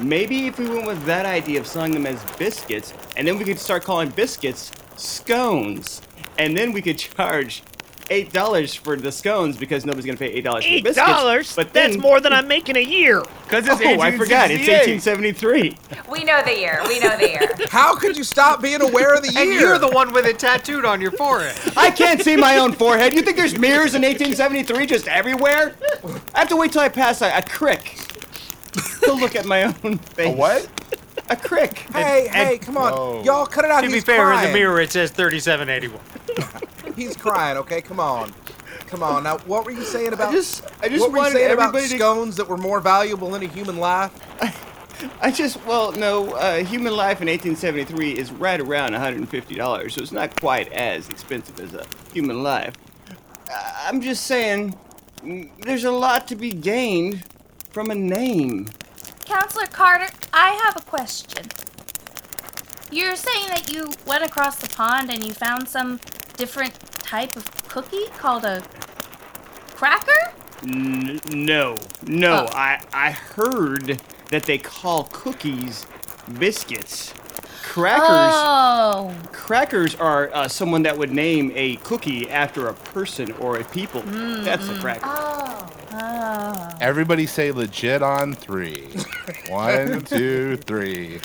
Speaker 9: Maybe if we went with that idea of selling them as biscuits, and then we could start calling biscuits scones, and then we could charge eight dollars for the scones because nobody's gonna pay eight dollars for the
Speaker 1: Eight
Speaker 9: biscuits.
Speaker 1: dollars?
Speaker 9: But
Speaker 1: That's
Speaker 9: then-
Speaker 1: more than I'm making a year.
Speaker 3: Because
Speaker 9: Oh, I forgot. It's 1873.
Speaker 8: we know the year. We know the year.
Speaker 5: How could you stop being aware of the year?
Speaker 7: And you're the one with it tattooed on your forehead.
Speaker 9: I can't see my own forehead. You think there's mirrors in 1873 just everywhere? I have to wait till I pass a, a crick to look at my own face.
Speaker 3: A what?
Speaker 9: A crick.
Speaker 5: Hey, hey, come on,
Speaker 3: Whoa.
Speaker 5: y'all, cut it out.
Speaker 7: To be
Speaker 5: He's
Speaker 7: fair,
Speaker 5: crying.
Speaker 7: in the mirror it says 3781.
Speaker 5: he's crying. Okay, come on, come on. Now, what were you saying about?
Speaker 9: I just, I just
Speaker 5: what were you
Speaker 9: wanted
Speaker 5: saying about
Speaker 9: everybody to.
Speaker 5: scones that were more valuable than a human life?
Speaker 9: I just, well, no, uh, human life in 1873 is right around $150, so it's not quite as expensive as a human life. Uh, I'm just saying, mm, there's a lot to be gained from a name.
Speaker 2: Counselor Carter, I have a question. You're saying that you went across the pond and you found some different type of cookie called a cracker?
Speaker 9: N- no, no,
Speaker 2: Oh.
Speaker 9: I, I heard that they call cookies biscuits. Crackers.
Speaker 2: Oh.
Speaker 9: Crackers are uh, someone that would name a cookie after a person or a people. That's a
Speaker 10: Hmm.
Speaker 9: cracker.
Speaker 8: Oh.
Speaker 2: Oh.
Speaker 3: Everybody say legit on three. One, two, three.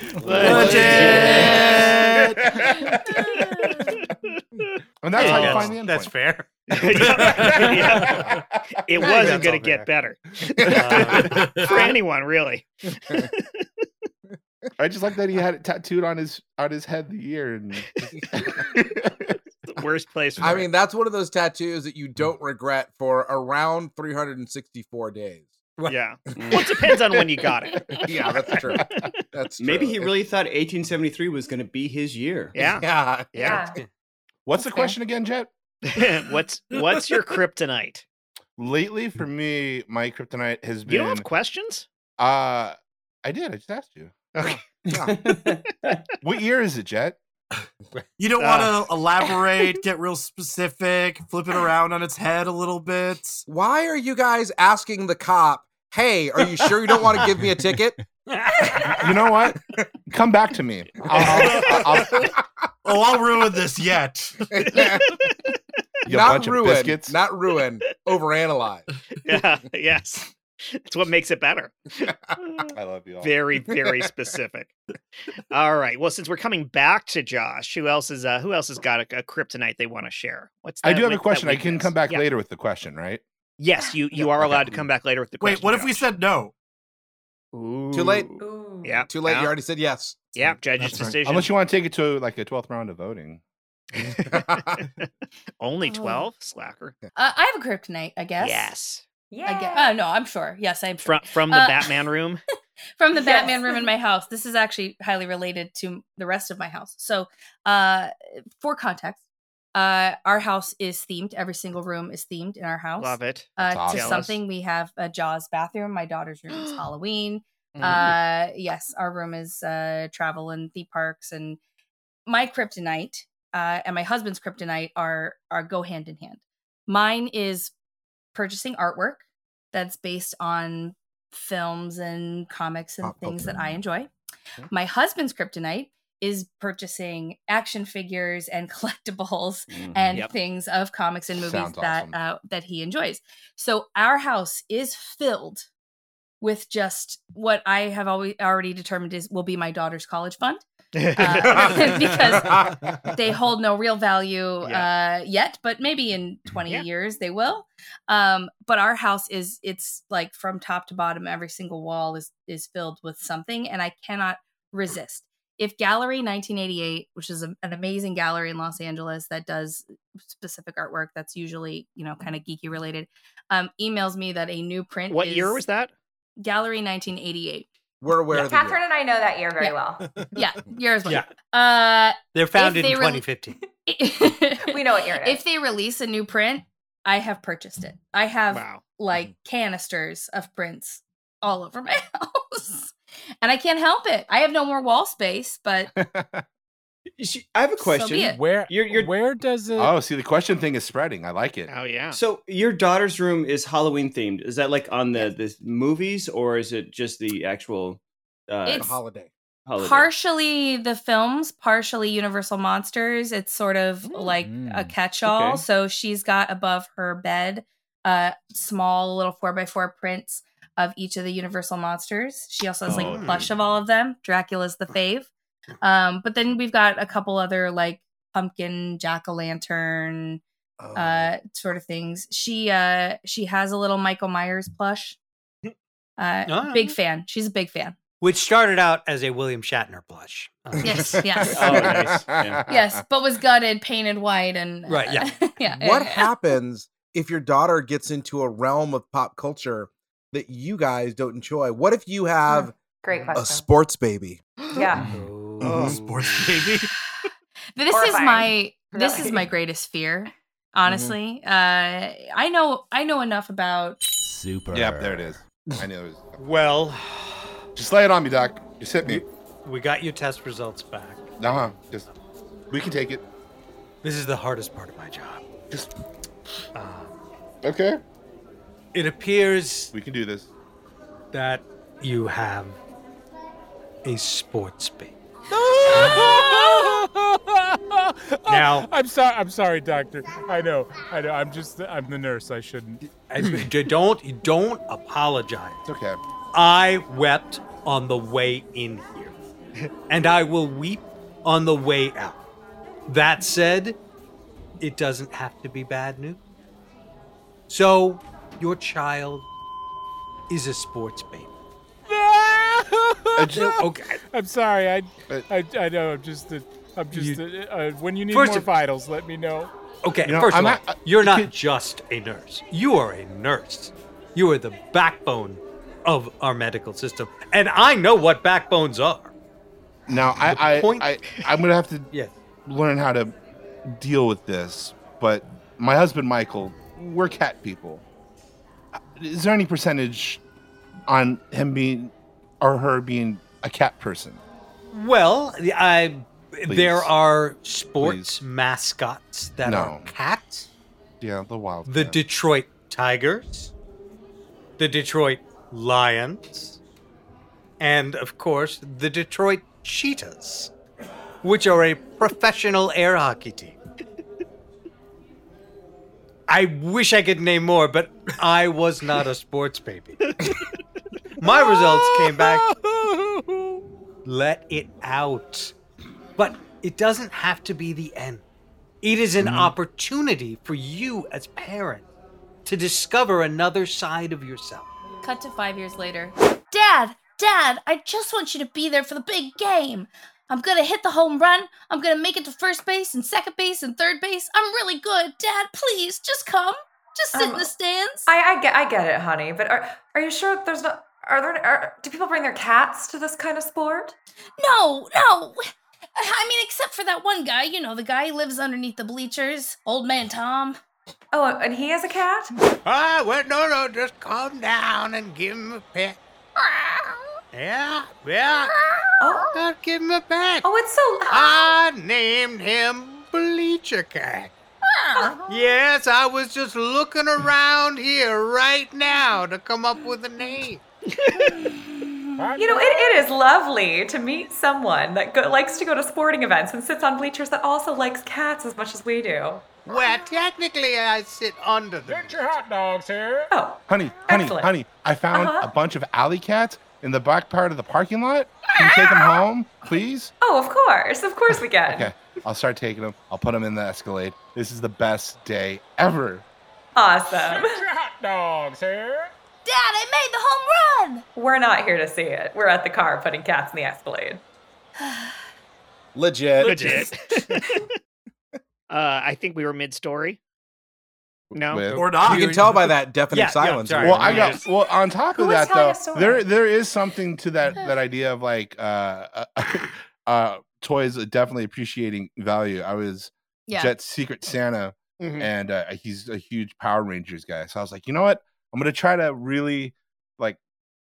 Speaker 3: And that's how you find the endpoint.
Speaker 7: That's fair.
Speaker 1: Yeah. It wasn't
Speaker 7: That's
Speaker 1: going to
Speaker 7: all
Speaker 1: get better
Speaker 7: Uh,
Speaker 1: for anyone, really.
Speaker 3: I just like that he had it tattooed on his on his head the year. And
Speaker 1: The worst place. For
Speaker 5: I
Speaker 1: it.
Speaker 5: mean, that's one of those tattoos that you don't regret for around 364 days.
Speaker 1: yeah. Well, it depends on when you got it.
Speaker 5: Yeah, that's true. That's true.
Speaker 9: Maybe he
Speaker 5: It-
Speaker 9: really thought 1873 was going to be his year.
Speaker 1: Yeah.
Speaker 5: Yeah.
Speaker 1: Yeah.
Speaker 3: what's the
Speaker 8: Okay.
Speaker 3: question again, Jet?
Speaker 1: what's What's your kryptonite?
Speaker 3: Lately, for me, my kryptonite has
Speaker 1: You don't
Speaker 3: been.
Speaker 1: have questions?
Speaker 3: Uh, I did. I just asked you. Okay. what year is it, Jet?
Speaker 6: You don't
Speaker 1: Ah.
Speaker 6: want to elaborate, get real specific, flip it around on its head a little bit.
Speaker 5: Why are you guys asking the cop, hey, are you sure you don't want to give me a ticket?
Speaker 3: You know what? Come back to me. I'll, I'll, I'll, I'll,
Speaker 6: Oh, I'll ruin this yet.
Speaker 3: you
Speaker 5: not
Speaker 3: bunch
Speaker 5: ruin.
Speaker 3: of biscuits.
Speaker 5: Not ruin. Overanalyze.
Speaker 1: Yeah. yes. It's what makes it better.
Speaker 3: I love you all.
Speaker 1: Very, very specific. All right. Well, since we're coming back to Josh, who else is uh, who else has got a, a kryptonite they want to share? What's
Speaker 3: I
Speaker 1: that
Speaker 3: do have a
Speaker 1: weak- that
Speaker 3: question. I can
Speaker 1: weakness?
Speaker 3: come back
Speaker 1: Yeah.
Speaker 3: later with the question, right?
Speaker 1: Yes, you you are
Speaker 3: okay.
Speaker 1: allowed to come back later with the question.
Speaker 6: Wait, what if we said no?
Speaker 5: Too late.
Speaker 8: Ooh.
Speaker 1: Yeah.
Speaker 5: Too late.
Speaker 1: yeah,
Speaker 5: You already said yes.
Speaker 1: Yeah, judge's
Speaker 6: That's fine.
Speaker 1: decision.
Speaker 3: Unless you want to take it to like a 12th round of voting.
Speaker 1: Only
Speaker 2: Oh.
Speaker 1: twelve, slacker.
Speaker 2: Uh, I have a kryptonite, I guess.
Speaker 8: Yeah.
Speaker 2: I guess. Oh, no, I'm sure. Yes, I'm sure.
Speaker 1: From from the
Speaker 2: Uh,
Speaker 1: Batman room.
Speaker 2: From the
Speaker 8: Yes.
Speaker 2: Batman room in my house. This is actually highly related to the rest of my house. So, uh, for context, uh, our house is themed. Every single room is themed in our house.
Speaker 1: Love it.
Speaker 2: Uh, to
Speaker 1: awesome.
Speaker 2: something we have a Jaws bathroom. My daughter's room is Halloween.
Speaker 1: Mm-hmm.
Speaker 2: Uh, yes, our room is uh, travel and theme parks, and my kryptonite uh, and my husband's kryptonite are are go hand in hand. Mine is purchasing artwork that's based on films and comics and
Speaker 5: Pop
Speaker 2: things that
Speaker 5: culture.
Speaker 2: I enjoy.
Speaker 5: Okay.
Speaker 2: My husband's kryptonite is purchasing action figures and collectibles
Speaker 5: Mm-hmm.
Speaker 2: and
Speaker 1: Yep.
Speaker 2: things of comics and movies
Speaker 3: Sounds
Speaker 2: that
Speaker 3: awesome.
Speaker 2: uh, that he enjoys. So our house is filled with just what I have always already determined is will be my daughter's college fund. Uh, because They hold no real value uh, yet, but maybe in 20
Speaker 1: Yeah.
Speaker 2: years they will. Um, but our house is it's like from top to bottom, every single wall is is filled with something, and I cannot resist. If Gallery 1988, which is a- an amazing gallery in Los Angeles that does specific artwork that's usually you know kind of geeky related, um, emails me that a new print.
Speaker 1: what year was that?
Speaker 2: Gallery 1988.
Speaker 5: We're aware of the year.
Speaker 8: Catherine and I know that year very
Speaker 2: Yeah.
Speaker 8: well.
Speaker 2: Yeah, yours.
Speaker 7: Yeah.
Speaker 2: Yeah. Uh,
Speaker 7: They're founded
Speaker 2: they
Speaker 7: in
Speaker 2: rel-
Speaker 7: 2015.
Speaker 8: We know what year it is.
Speaker 2: if they release a new print, I have purchased it. I have
Speaker 1: Wow.
Speaker 2: like canisters of prints all over my house. And I can't help it. I have no more wall space, but
Speaker 9: She- I have a
Speaker 2: So
Speaker 9: question.
Speaker 2: be it.
Speaker 4: Where
Speaker 9: You're- you're-
Speaker 4: where does it?
Speaker 3: oh, see, the question thing is spreading. I like it.
Speaker 1: Oh yeah.
Speaker 9: So your daughter's room is Halloween themed. Is that like on the, the movies or is it just the actual uh,
Speaker 5: The
Speaker 2: It's
Speaker 5: holiday.
Speaker 9: holiday?
Speaker 2: partially the films, partially Universal Monsters. It's sort of like a
Speaker 4: Mm.
Speaker 2: catch all.
Speaker 9: Okay.
Speaker 2: So she's got above her bed uh small little four by four prints of each of the Universal Monsters. She also has like
Speaker 9: Oh.
Speaker 2: plush of all of them. Dracula's the fave. Um, but then we've got a couple other like pumpkin jack o' lantern
Speaker 5: Oh.
Speaker 2: uh sort of things. She uh she has a little Michael Myers plush. Uh
Speaker 7: Ah.
Speaker 2: big fan. She's a big fan.
Speaker 7: Which started out as a William Shatner plush. Uh,
Speaker 2: Yes, yes.
Speaker 9: Oh, nice. Yeah.
Speaker 2: yes, but was gutted, painted white, and uh,
Speaker 7: Right, yeah.
Speaker 2: yeah.
Speaker 5: what
Speaker 2: yeah.
Speaker 5: happens if your daughter
Speaker 2: Hmm.
Speaker 5: gets into a realm of pop culture that you guys don't enjoy? What if you have
Speaker 8: Great
Speaker 5: A
Speaker 8: question.
Speaker 5: sports baby. Mm-hmm.
Speaker 8: yeah.
Speaker 1: Mm-hmm.
Speaker 6: Mhm, Sports baby.
Speaker 2: this is
Speaker 8: Horrifying.
Speaker 2: my this
Speaker 8: Really.
Speaker 2: is my greatest
Speaker 7: Mm-hmm.
Speaker 2: fear honestly uh i know i know enough about
Speaker 4: Super.
Speaker 3: Yep, there it is. I knew it was.
Speaker 7: Well,
Speaker 3: Just lay it on me, Doc. Just hit me.
Speaker 7: we got your test results back.
Speaker 3: Uh huh. Just we can take it.
Speaker 7: This is the hardest part of my job.
Speaker 3: Just okay.
Speaker 7: It appears
Speaker 3: We can do this.
Speaker 7: that you have a sports baby. Now-
Speaker 4: I'm sorry. I'm sorry, doctor. I know. I know. I'm just. I'm the nurse. I shouldn't.
Speaker 7: I- d- don't don't apologize.
Speaker 3: It's okay.
Speaker 7: I wept on the way in here, and I will weep on the way out. That said, it doesn't have to be bad news. So, your child is a sports baby.
Speaker 3: I just-
Speaker 7: Okay.
Speaker 4: I'm sorry. I.
Speaker 3: But-
Speaker 4: I. I know. I'm just. A, I'm just. a, uh, when you need
Speaker 7: First
Speaker 4: more
Speaker 7: of-
Speaker 4: vitals, let me know.
Speaker 7: Okay,
Speaker 3: know,
Speaker 7: 1st of
Speaker 3: I'm
Speaker 7: all,
Speaker 3: not- I-
Speaker 7: you're
Speaker 3: you
Speaker 7: not
Speaker 3: could-
Speaker 7: just a nurse. You are a nurse. You are the backbone of our medical system, and I know what backbones are.
Speaker 3: Now I I,
Speaker 7: point-
Speaker 3: I I'm gonna have to
Speaker 7: Yes.
Speaker 3: learn how to deal with this. But my husband Michael, we're cat people. Is there any percentage on him being or her being a cat person?
Speaker 7: Well, the- I there
Speaker 3: Please.
Speaker 7: are sports mascots that
Speaker 3: No.
Speaker 7: are cats.
Speaker 3: Yeah, the wild.
Speaker 7: The
Speaker 3: cat.
Speaker 7: Detroit Tigers, the Detroit Lions, and of course the Detroit Cheetahs, which are a professional air hockey team. I wish I could name more, but I was not a sports baby. My results came back. Let it out. But it doesn't have to be the end. It is an opportunity for you as parent to discover another side of yourself.
Speaker 2: cut to five years later dad dad i just want you to be there for the big game i'm gonna hit the home run i'm gonna make it to first base and second base and third base i'm really good dad please just come just sit in
Speaker 8: Um,
Speaker 2: the stands
Speaker 8: I, I get I get it, honey. But are are you sure there's not are there are, do people bring their cats to this kind of sport?
Speaker 2: no no i mean except for that one guy you know the guy who lives underneath the bleachers old man tom
Speaker 8: Oh, and he has a cat?
Speaker 7: Ah, well, no, no, just calm down and give him a pet. Yeah, yeah,
Speaker 8: Oh,
Speaker 7: just give him a pet.
Speaker 8: oh, it's so loud.
Speaker 7: I named him Bleacher Cat. Yes, I was just looking around here right now to come up with a name.
Speaker 8: You know, it, it is lovely to meet someone that go, likes to go to sporting events and sits on bleachers that also likes cats as much as we do.
Speaker 7: Well, technically, I sit under the.
Speaker 4: Get your hot dogs here.
Speaker 8: Oh,
Speaker 3: honey, honey,
Speaker 8: Excellent.
Speaker 3: honey. I found
Speaker 8: Uh-huh.
Speaker 3: a bunch of alley cats in the back part of the parking lot. Can you take them home, please?
Speaker 8: oh, of course, of course we can.
Speaker 3: Okay, I'll start taking them. I'll put them in the Escalade. This is the best day ever.
Speaker 8: Awesome.
Speaker 4: Get your hot dogs here.
Speaker 2: dad i made the home run
Speaker 8: We're not here to see it. We're at the car putting cats in the Escalade.
Speaker 5: Legit.
Speaker 1: Legit. uh, I think we were mid story. No.
Speaker 3: With-
Speaker 6: Or not.
Speaker 5: You can tell by that deafening
Speaker 7: Yeah, yeah,
Speaker 5: silence.
Speaker 7: sorry.
Speaker 3: Well, I got well on top of
Speaker 8: Who was
Speaker 3: that
Speaker 8: telling
Speaker 3: though.
Speaker 8: a story?
Speaker 3: There, there is something to that that idea of like uh, uh, uh, toys definitely appreciating value. I was
Speaker 2: yeah
Speaker 3: Jet's Secret Santa,
Speaker 1: Mhm.
Speaker 3: and uh, he's a huge Power Rangers guy. So I was like, you know what? I'm gonna try to really like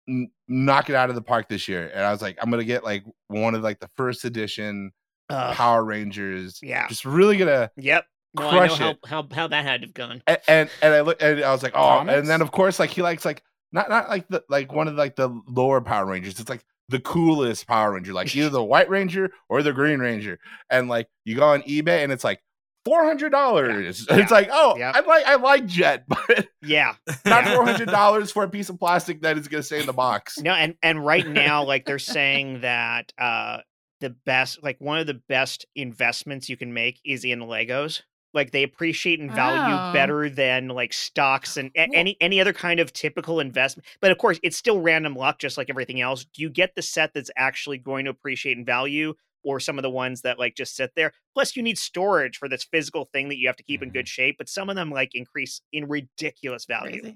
Speaker 3: n- knock it out of the park this year. And I was like, I'm gonna get like one of like the first edition
Speaker 1: Uh,
Speaker 3: Power Rangers.
Speaker 1: yeah.
Speaker 3: Just really gonna
Speaker 1: Yep. Well,
Speaker 3: Crush
Speaker 1: I know
Speaker 3: it.
Speaker 1: How, how how that had to have gone.
Speaker 3: and and, and I look and I was like, oh,
Speaker 4: Comics?
Speaker 3: and then of course like he likes like not not like the like one of like the lower Power Rangers. It's like the coolest Power Ranger, like either the White Ranger or the Green Ranger. And like you go on eBay and it's like four hundred dollars.
Speaker 1: Yeah.
Speaker 3: It's like oh,
Speaker 1: Yep.
Speaker 3: I like I like Jet, but
Speaker 1: Yeah.
Speaker 3: not four hundred dollars for a piece of plastic that is gonna stay in the box.
Speaker 1: No, and and right now, like they're saying that uh the best, like one of the best investments you can make is in Legos. Like they appreciate and value
Speaker 2: Oh.
Speaker 1: better than like stocks and a-
Speaker 2: Well-
Speaker 1: any any other kind of typical investment. But of course, it's still random luck, just like everything else. Do you get the set that's actually going to appreciate in value, or some of the ones that like just sit there? Plus, you need storage for this physical thing that you have to keep in
Speaker 4: Mm-hmm.
Speaker 1: good shape. But some of them like increase in ridiculous value.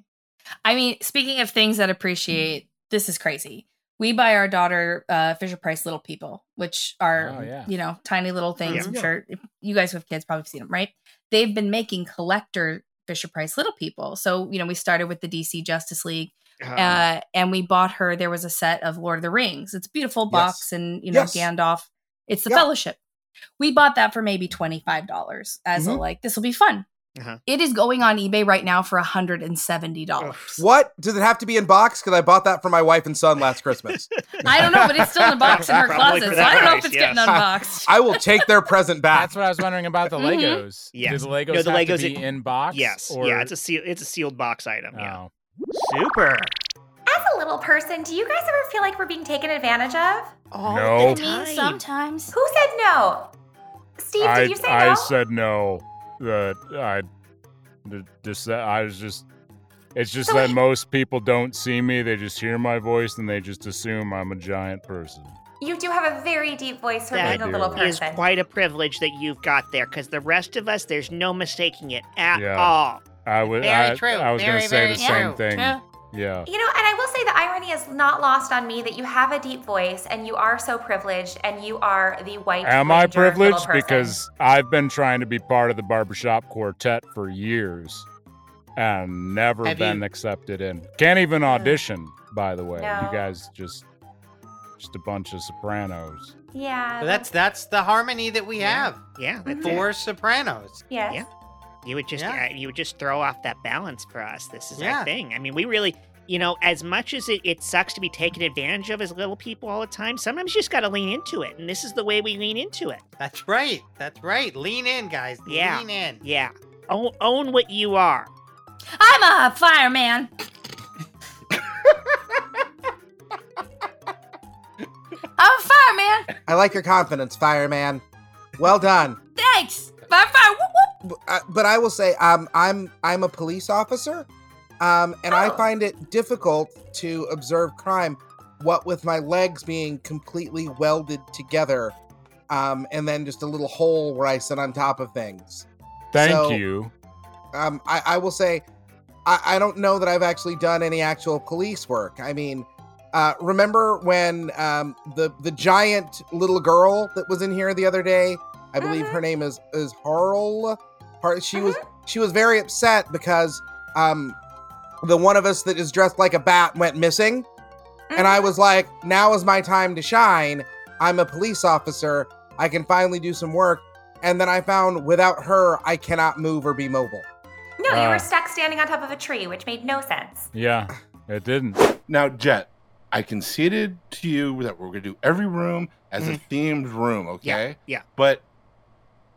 Speaker 2: I mean, speaking of things that appreciate, this is crazy. we buy our daughter uh, Fisher Price Little People, which are
Speaker 4: Oh, yeah.
Speaker 2: you know tiny little things.
Speaker 1: Yeah.
Speaker 2: I'm
Speaker 1: Yeah.
Speaker 2: sure if you guys who have kids probably have seen them, right? They've been making collector Fisher Price Little People. So you know we started with the DC Justice League,
Speaker 5: Ah.
Speaker 1: Uh,
Speaker 2: uh, and we bought her. There was a set of Lord of the Rings. It's a beautiful box, and you know
Speaker 5: Yes.
Speaker 2: Gandalf. It's the
Speaker 5: Yeah.
Speaker 2: Fellowship. We bought that for maybe twenty five dollars as a
Speaker 5: Mhm.
Speaker 2: like this will be fun.
Speaker 1: Uh-huh.
Speaker 2: It is going on eBay right now for hundred and seventy dollars.
Speaker 5: What does it have to be in box? Because I bought that for my wife and son last Christmas.
Speaker 2: I don't know, but it's still in a box in her
Speaker 1: Probably for
Speaker 2: closet, so
Speaker 1: that
Speaker 2: I don't know
Speaker 1: price,
Speaker 2: if it's
Speaker 1: yes.
Speaker 2: getting unboxed.
Speaker 5: I will take their present back.
Speaker 4: That's what I was wondering about the
Speaker 2: Mhm.
Speaker 8: Mm-hmm.
Speaker 4: Legos. Do
Speaker 1: Yes.
Speaker 4: the Legos
Speaker 1: No, the
Speaker 4: have to
Speaker 1: Legos e-
Speaker 4: be
Speaker 1: it-
Speaker 4: in box?
Speaker 1: yes.
Speaker 4: Or...
Speaker 1: Yeah, it's a seal, it's a sealed box item. Yeah.
Speaker 4: Oh.
Speaker 1: Super.
Speaker 8: As a little person, do you guys ever feel like we're being taken advantage of?
Speaker 4: No,
Speaker 1: Time.
Speaker 11: sometimes.
Speaker 8: Who said no? Steve, did you say no?
Speaker 4: said no. That I, just that I was just. It's just
Speaker 8: So that wait-
Speaker 4: most people don't see me; they just hear my voice and they just assume I'm a giant person.
Speaker 8: you do have a very deep voice for
Speaker 1: That
Speaker 8: being a little
Speaker 1: It is
Speaker 8: person.
Speaker 1: quite a privilege that you've got there, because the rest of us, there's no mistaking it at
Speaker 4: Yeah.
Speaker 1: all.
Speaker 4: I would.
Speaker 11: Very I- true, I was gonna very, say very the same true, thing. true.
Speaker 4: Yeah.
Speaker 8: You know, and I will say the irony is not lost on me that you have a deep voice and you are so privileged and you are the white.
Speaker 4: Am I
Speaker 8: ranger little
Speaker 4: privileged?
Speaker 8: person.
Speaker 4: Because I've been trying to be part of the barbershop quartet for years and never
Speaker 11: Have
Speaker 4: been
Speaker 11: you-
Speaker 4: accepted in. Can't even audition, by the way.
Speaker 8: No.
Speaker 4: You guys just just a bunch of sopranos.
Speaker 8: yeah,
Speaker 7: But that's that's the harmony that we have.
Speaker 1: Yeah. That's it.
Speaker 7: Four sopranos.
Speaker 8: yes.
Speaker 1: yeah. You would just
Speaker 7: Yeah.
Speaker 1: uh, you would just throw off that balance for us. This is
Speaker 7: Yeah.
Speaker 1: our thing. I mean, we really, you know, as much as it, it sucks to be taken advantage of as little people all the time, sometimes you just got to lean into it, and this is the way we lean into it.
Speaker 7: That's right. That's right. Lean in, guys.
Speaker 1: Yeah.
Speaker 7: Lean in.
Speaker 1: Yeah, own, own what you are.
Speaker 2: I'm a fireman. I'm a fireman.
Speaker 5: I like your confidence, fireman. Well done.
Speaker 2: Thanks. Fire, fire. Whoop, whoop.
Speaker 5: B- uh, but I will say, um, I'm I'm a police officer, um, and I
Speaker 8: Oh.
Speaker 5: find it difficult to observe crime. What with my legs being completely welded together, um, and then just a little hole where I sit on top of things.
Speaker 4: Thank
Speaker 5: So-
Speaker 4: you.
Speaker 5: Um, I, I will say, I, I don't know that I've actually done any actual police work. I mean, uh, remember when um, the the giant little girl that was in here the other day? I believe her name is is Harl. Har- she was she was very upset because um, the one of us that is dressed like a bat went missing, and I was like, now is my time to shine. I'm a police officer. I can finally do some work. And then I found without her, I cannot move or be mobile.
Speaker 8: No, you
Speaker 4: Ah.
Speaker 8: were stuck standing on top of a tree, which made no sense.
Speaker 4: Yeah. It didn't.
Speaker 3: Now, Jet, I conceded to you that we're going to do every room as
Speaker 4: Mm.
Speaker 3: a themed room, okay?
Speaker 1: yeah.
Speaker 3: But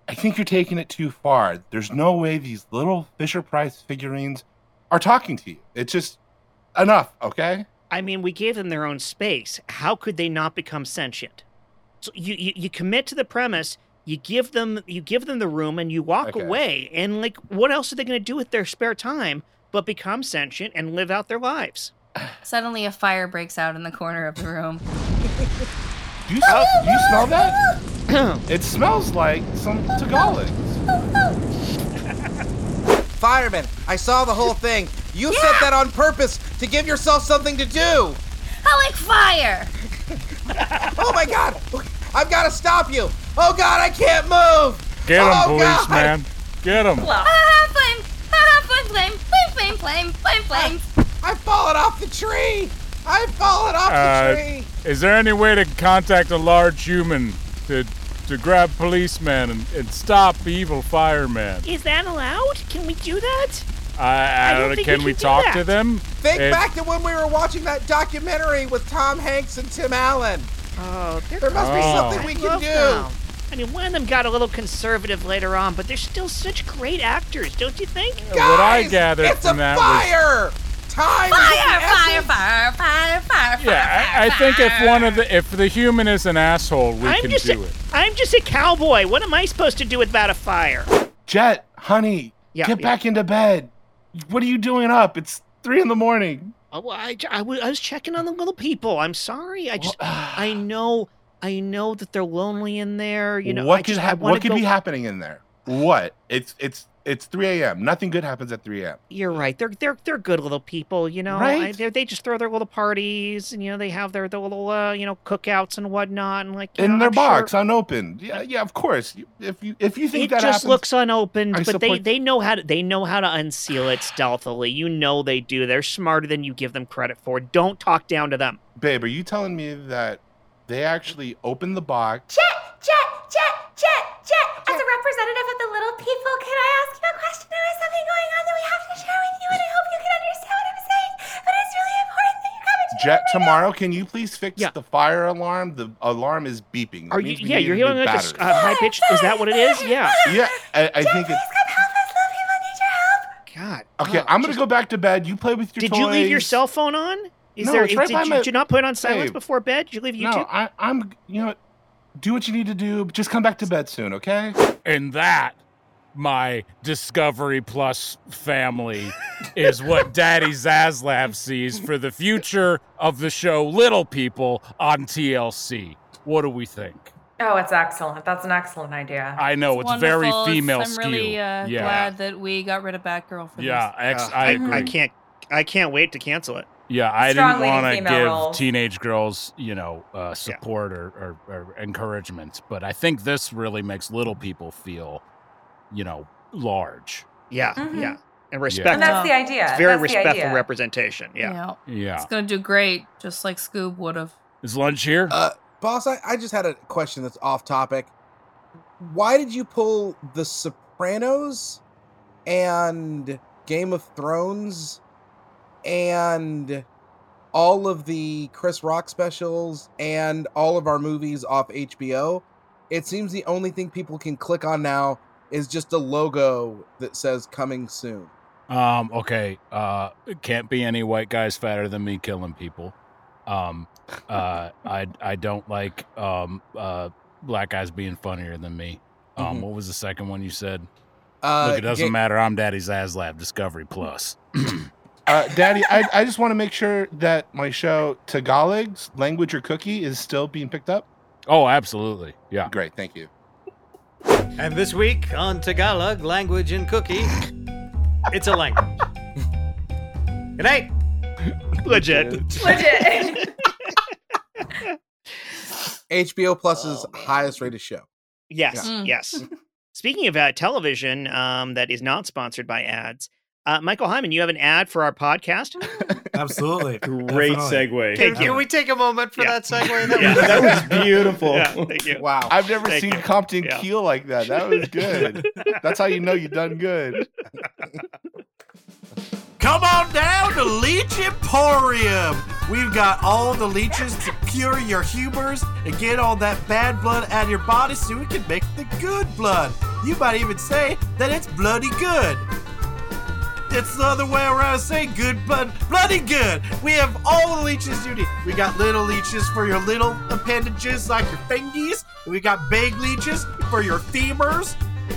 Speaker 3: I think you're taking it too far. There's no way these little Fisher Price figurines are talking to you. It's just enough, okay?
Speaker 1: I mean, we gave them their own space. How could they not become sentient? So you you, you commit to the premise. You give them you give them the room and you walk
Speaker 3: Okay.
Speaker 1: away. And like, what else are they going to do with their spare time but become sentient and live out their lives?
Speaker 2: Suddenly, a fire breaks out in the corner of the room.
Speaker 3: Do you smell, do you smell that? It smells like some Tagalog.
Speaker 5: Fireman, I saw the whole thing. You set that on purpose to give yourself something to do.
Speaker 2: I like fire.
Speaker 5: Oh my God. I've got to stop you. Oh God, I can't move.
Speaker 4: Get him,
Speaker 5: Oh, God.
Speaker 4: policeman. Get him.
Speaker 8: Well,
Speaker 2: Ah, flame. Ah, flame, flame, flame, flame, flame, flame, flame.
Speaker 5: I've fallen off the tree. I've fallen off
Speaker 4: Uh,
Speaker 5: the tree.
Speaker 4: Is there any way to contact a large human to to grab policemen and, and stop evil firemen?
Speaker 1: Is that allowed? Can we do that?
Speaker 4: I, I,
Speaker 1: don't
Speaker 4: don't know.
Speaker 1: think
Speaker 4: Can
Speaker 1: we
Speaker 4: we
Speaker 1: can do
Speaker 4: talk
Speaker 1: that.
Speaker 4: to them?
Speaker 5: Think
Speaker 4: It-
Speaker 5: back to when we were watching that documentary with Tom Hanks and Tim Allen.
Speaker 1: Oh, they're
Speaker 5: There must be
Speaker 4: Oh.
Speaker 5: something we can
Speaker 1: love
Speaker 5: do.
Speaker 1: them. I mean, one of them got a little conservative later on, but they're still such great actors, don't you think?
Speaker 4: what I
Speaker 5: Guys,
Speaker 4: gathered
Speaker 5: it's
Speaker 4: from
Speaker 5: a
Speaker 4: that was
Speaker 5: fire. Time. is
Speaker 2: Fire,
Speaker 5: the essence.
Speaker 2: fire, fire, fire, fire,
Speaker 4: Yeah,
Speaker 2: fire,
Speaker 4: I, I think if
Speaker 2: fire.
Speaker 4: one of the if the human is an asshole, we
Speaker 1: I'm
Speaker 4: can
Speaker 1: just
Speaker 4: do
Speaker 1: a,
Speaker 4: it.
Speaker 1: am just a cowboy. What am I supposed to do about a fire?
Speaker 3: Jet, honey,
Speaker 1: Yeah,
Speaker 3: get
Speaker 1: yeah.
Speaker 3: back into bed. What are you doing up? It's three in the morning.
Speaker 1: Oh, well, I, I, wa- I was checking on the little people. I'm sorry. I just,
Speaker 3: Well, uh,
Speaker 1: I know, I know that they're lonely in there. You know, I
Speaker 3: what could
Speaker 1: just, I
Speaker 3: hap-
Speaker 1: wanna
Speaker 3: what could
Speaker 1: go-
Speaker 3: be happening in there? What? It's it's It's 3 a.m. Nothing good happens at 3 a.m.
Speaker 1: You're right. They're they're they're good little people, you know.
Speaker 3: Right?
Speaker 1: I- they're- they just throw their little parties, and you know they have their, their little uh, you know cookouts and whatnot, and like you
Speaker 3: In
Speaker 1: know,
Speaker 3: their
Speaker 1: I'm sure-
Speaker 3: box, unopened. Yeah, yeah, of course. You- If you if you think
Speaker 1: it
Speaker 3: that
Speaker 1: just
Speaker 3: happens,
Speaker 1: looks unopened,
Speaker 3: I
Speaker 1: but they,
Speaker 3: support-
Speaker 1: they know how to they know how to unseal it stealthily. You know they do. They're smarter than you give them credit for. Don't talk down to them.
Speaker 3: babe, are you telling me that they actually opened the box?
Speaker 12: Jet, Jet, Jet, Jet, Jet. As a representative of the little people, can I ask you a question? There is something going on that we have to share with you, and I hope you can understand what I'm saying. But it's really important that you come and
Speaker 3: Jet, tomorrow, can you please fix the fire alarm? The alarm is beeping. That
Speaker 1: Are you?
Speaker 3: means we
Speaker 1: Yeah,
Speaker 3: need
Speaker 1: you're
Speaker 3: a new
Speaker 1: hearing like a s-
Speaker 3: battery.
Speaker 1: uh, high pitch. Is that what it is? Yeah.
Speaker 3: Yeah, I, I think it's.
Speaker 1: God.
Speaker 3: Okay, I'm gonna go back to bed. You play with your
Speaker 1: Did you leave your
Speaker 3: toys.
Speaker 1: cell phone on? Is
Speaker 3: No,
Speaker 1: there?
Speaker 3: it's right
Speaker 1: did,
Speaker 3: by
Speaker 1: you,
Speaker 3: my-
Speaker 1: did you not put it on silence
Speaker 3: Babe.
Speaker 1: before bed? Did you leave YouTube?
Speaker 3: No, I, I'm. You know, do what you need to do. but Just come back to bed soon, okay?
Speaker 4: And that, my Discovery Plus family, is what Daddy Zaslav sees for the future of the show Little People on TLC. What do we think?
Speaker 12: Oh, it's excellent. That's an excellent idea.
Speaker 4: I know it's, very
Speaker 2: wonderful. It's-
Speaker 4: female
Speaker 2: I'm really
Speaker 4: skewed.
Speaker 2: uh,
Speaker 4: yeah.
Speaker 2: glad that we got rid of Batgirl for
Speaker 4: Yeah,
Speaker 2: this.
Speaker 4: ex-
Speaker 1: Ugh,
Speaker 4: I agree.
Speaker 1: I can't. I can't wait to cancel it.
Speaker 4: Yeah, I didn't
Speaker 12: Strongly
Speaker 4: want to
Speaker 12: female
Speaker 4: give
Speaker 12: roles.
Speaker 4: teenage girls, you know, uh, support or, or, or encouragement, but I think this really makes little people feel, you know, large.
Speaker 1: Yeah,
Speaker 12: Mhm.
Speaker 1: yeah, and
Speaker 4: Yeah.
Speaker 1: respect.
Speaker 12: And that's the idea.
Speaker 1: It's very
Speaker 12: That's the
Speaker 1: respectful
Speaker 12: idea.
Speaker 1: representation. Yeah.
Speaker 4: Yeah.
Speaker 2: It's gonna do great, just like Scoob would have.
Speaker 4: Is lunch here?
Speaker 5: Uh, boss, I, I just had a question that's off topic. Why did you pull The Sopranos and Game of Thrones and all of the Chris Rock specials and all of our movies off HBO? It seems the only thing people can click on now is just a logo that says coming soon.
Speaker 4: Um, okay. Uh, it can't be any white guys fatter than me killing people. Um, uh, I I don't like um uh black guys being funnier than me. Um,
Speaker 5: Mhm.
Speaker 4: what was the second one you said?
Speaker 5: Uh,
Speaker 4: Look, it doesn't
Speaker 5: ga-
Speaker 4: matter. I'm Daddy's Zaslav Discovery Plus.
Speaker 3: Uh, Daddy, I, I just want to make sure that my show Tagalog's language or cookie is still being picked up.
Speaker 4: Oh, absolutely. Yeah.
Speaker 3: Great, thank you.
Speaker 7: And this week on Tagalog Language and Cookie, it's a language. Good night.
Speaker 1: Legit.
Speaker 12: Legit.
Speaker 5: HBO Plus's highest rated show.
Speaker 1: Yes,
Speaker 2: Yeah. Mm.
Speaker 1: yes. Speaking of uh, television um, that is not sponsored by ads, uh, Michael Hyman, you have an ad for our podcast.
Speaker 13: Absolutely.
Speaker 9: Great
Speaker 13: Definitely.
Speaker 9: segue.
Speaker 7: Can,
Speaker 1: Thank
Speaker 7: can
Speaker 1: you.
Speaker 7: we take a moment for
Speaker 1: Yeah.
Speaker 7: that segue? That
Speaker 1: Yeah.
Speaker 7: was-
Speaker 9: That was beautiful.
Speaker 1: Yeah, thank you.
Speaker 5: Wow.
Speaker 3: I've never
Speaker 1: Thank
Speaker 3: seen
Speaker 1: you.
Speaker 3: Compton
Speaker 1: Yeah.
Speaker 3: Keel like that. That was good. That's how you know you done good.
Speaker 13: Come on down to Leech Emporium. We've got all the leeches to cure your humors and get all that bad blood out of your body so we can make the good blood. You might even say that it's bloody good. It's the other way around. Say good blood, bloody good. We have all the leeches you need. We got little leeches for your little appendages like your fingies. We got big leeches for your femurs.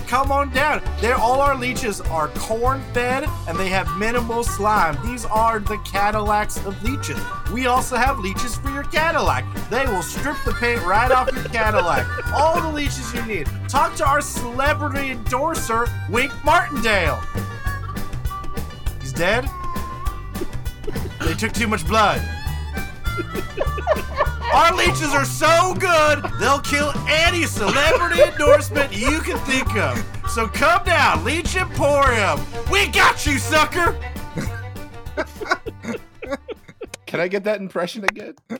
Speaker 13: Come on down. They're, all our leeches are corn fed and they have minimal slime. These are the Cadillacs of leeches. We also have leeches for your Cadillac. They will strip the paint right off your Cadillac. All the leeches you need. Talk to our celebrity endorser, Wink Martindale. He's dead? they took too much blood. Our leeches are so good, they'll kill any celebrity endorsement you can think of. So come down, Leech Emporium. We got you, sucker!
Speaker 3: Can I get that impression again?
Speaker 13: There,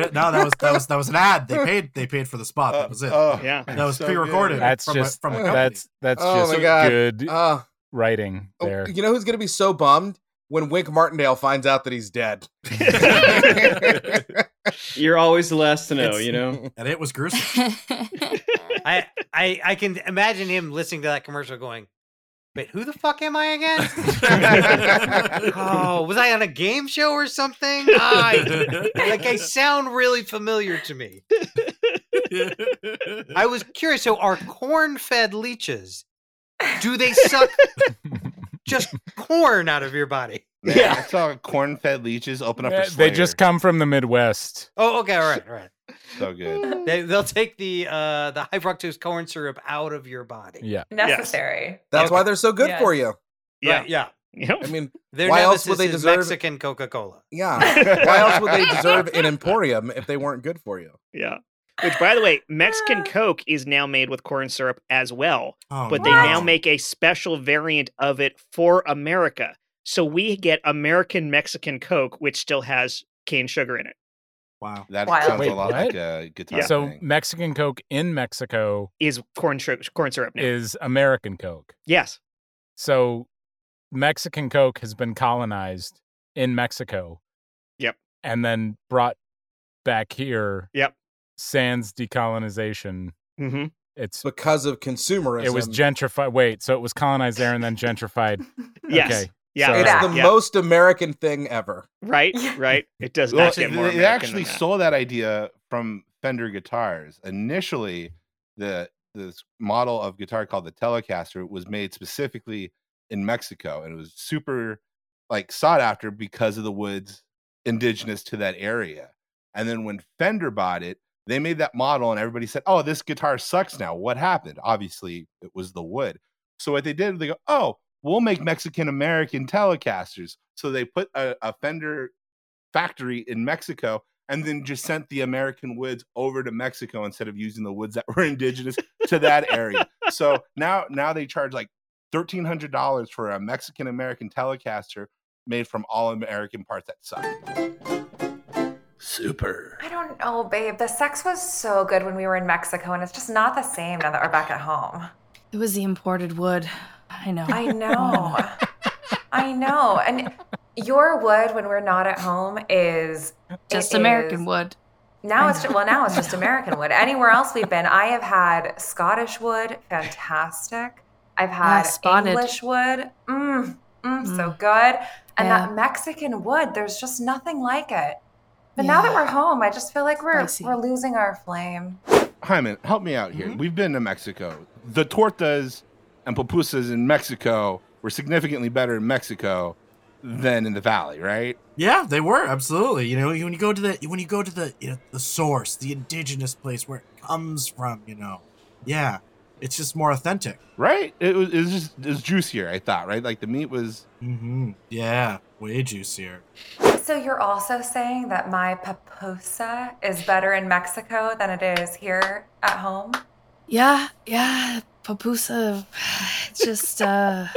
Speaker 13: it- no, that was that was that was an ad. They paid they paid for the spot. That was it.
Speaker 3: Oh,
Speaker 1: Yeah.
Speaker 13: that was
Speaker 3: so
Speaker 13: pre-recorded
Speaker 3: good.
Speaker 4: That's
Speaker 13: from
Speaker 4: just
Speaker 13: a, from a company.
Speaker 4: that's that's
Speaker 5: Oh
Speaker 4: just
Speaker 5: my God.
Speaker 4: good
Speaker 5: Uh,
Speaker 4: writing
Speaker 5: Oh,
Speaker 4: there.
Speaker 5: You know who's gonna be so bummed when Wink Martindale finds out that he's dead.
Speaker 9: You're always the last to know,
Speaker 5: It's-
Speaker 9: you know?
Speaker 13: and it was gruesome.
Speaker 7: I, I, I can imagine him listening to that commercial going, but who the fuck am I again? oh, was I on a game show or something? I, like, I sound really familiar to me. I was curious. So, are corn-fed leeches? Do they suck just corn out of your body?
Speaker 3: Man,
Speaker 9: Yeah.
Speaker 3: I saw corn-fed leeches open up.
Speaker 4: Uh,
Speaker 3: for
Speaker 4: They
Speaker 3: Slayer.
Speaker 4: just come from the Midwest.
Speaker 7: Oh, okay, all right, all right.
Speaker 3: So good.
Speaker 7: They, they'll take the uh, the high fructose corn syrup out of your body.
Speaker 4: Yeah.
Speaker 8: Necessary.
Speaker 5: That's
Speaker 7: Okay.
Speaker 5: why they're so good
Speaker 8: Yeah.
Speaker 5: for you.
Speaker 7: Yeah, yeah.
Speaker 1: Yep.
Speaker 5: I mean,
Speaker 7: Their
Speaker 5: Why
Speaker 7: nemesis
Speaker 5: else would they
Speaker 7: is
Speaker 5: deserve-
Speaker 7: Mexican Coca Cola?
Speaker 5: yeah. Why else would they deserve an emporium if they weren't good for you?
Speaker 1: Yeah. Which, by the way, Mexican Coke is now made with corn syrup as well,
Speaker 6: Oh,
Speaker 1: but they
Speaker 6: no.
Speaker 1: now make a special variant of it for America. So we get American Mexican Coke, which still has cane sugar in it.
Speaker 6: Wow.
Speaker 3: That
Speaker 8: Wow.
Speaker 3: sounds
Speaker 4: Wait,
Speaker 3: a lot
Speaker 4: what?
Speaker 3: like a guitar
Speaker 4: So
Speaker 3: thing.
Speaker 4: Mexican Coke in Mexico
Speaker 1: Is corn sugar corn syrup now?
Speaker 4: is American Coke.
Speaker 1: yes.
Speaker 4: So Mexican Coke has been colonized in Mexico.
Speaker 1: Yep.
Speaker 4: And then brought back here.
Speaker 1: Yep.
Speaker 4: Sans decolonization.
Speaker 1: hmm
Speaker 4: It's
Speaker 5: Because of consumerism.
Speaker 4: it was gentrified. Wait, so it was colonized there and then gentrified.
Speaker 1: Yes.
Speaker 4: Okay.
Speaker 1: Yeah.
Speaker 4: So-
Speaker 5: It's
Speaker 1: right,
Speaker 5: the
Speaker 1: yeah.
Speaker 5: most American thing ever.
Speaker 1: right. Right. It does
Speaker 3: Well,
Speaker 1: not
Speaker 3: they
Speaker 1: get more.
Speaker 3: they
Speaker 1: American
Speaker 3: actually
Speaker 1: than that.
Speaker 3: saw that idea from Fender guitars. Initially, the this model of guitar called the Telecaster was made specifically in Mexico, and it was super like sought after because of the woods indigenous to that area. And then when Fender bought it, they made that model, and everybody said, "Oh, this guitar sucks now." What happened? Obviously, it was the wood. So what they did, they go, "Oh, we'll make Mexican American Telecasters." So they put a, a Fender factory in Mexico and then just sent the American woods over to Mexico instead of using the woods that were indigenous to that area. So now now they charge like thirteen hundred dollars for a Mexican American telecaster made from all American parts that suck. Super.
Speaker 8: I don't know, babe. The sex was so good when we were in Mexico, and it's just not the same now that we're back at home.
Speaker 2: It was the imported wood. I know.
Speaker 8: I know. I know. And your wood when we're not at home is
Speaker 2: Just
Speaker 8: it
Speaker 2: American
Speaker 8: is-
Speaker 2: wood.
Speaker 8: Now
Speaker 2: I
Speaker 8: it's
Speaker 2: know.
Speaker 8: just, well, now it's just American wood. Anywhere else we've been, I have had Scottish wood, fantastic. I've had
Speaker 2: spotted.
Speaker 8: English wood, mm, mm, so
Speaker 2: Mm.
Speaker 8: good. And
Speaker 2: Yeah.
Speaker 8: that Mexican wood, there's just nothing like it. But now that
Speaker 2: Yeah.
Speaker 8: we're home, I just feel like we're
Speaker 2: Spicy.
Speaker 8: we're losing our flame.
Speaker 3: Hyman, help me out here. We've been to Mexico. The tortas and pupusas in Mexico were significantly better in Mexico than in the valley, right?
Speaker 6: Yeah, they were absolutely. You know, when you go to the when you go to the you know, the source, the indigenous place where it comes from, you know, yeah, it's just more authentic.
Speaker 3: Right? It was, it was just it was juicier, I thought, right? Like the meat was
Speaker 6: Mm-hmm. Yeah, way juicier.
Speaker 8: So you're also saying that my paposa is better in Mexico than it is here at home?
Speaker 2: Yeah, yeah. Papusa. It's just uh,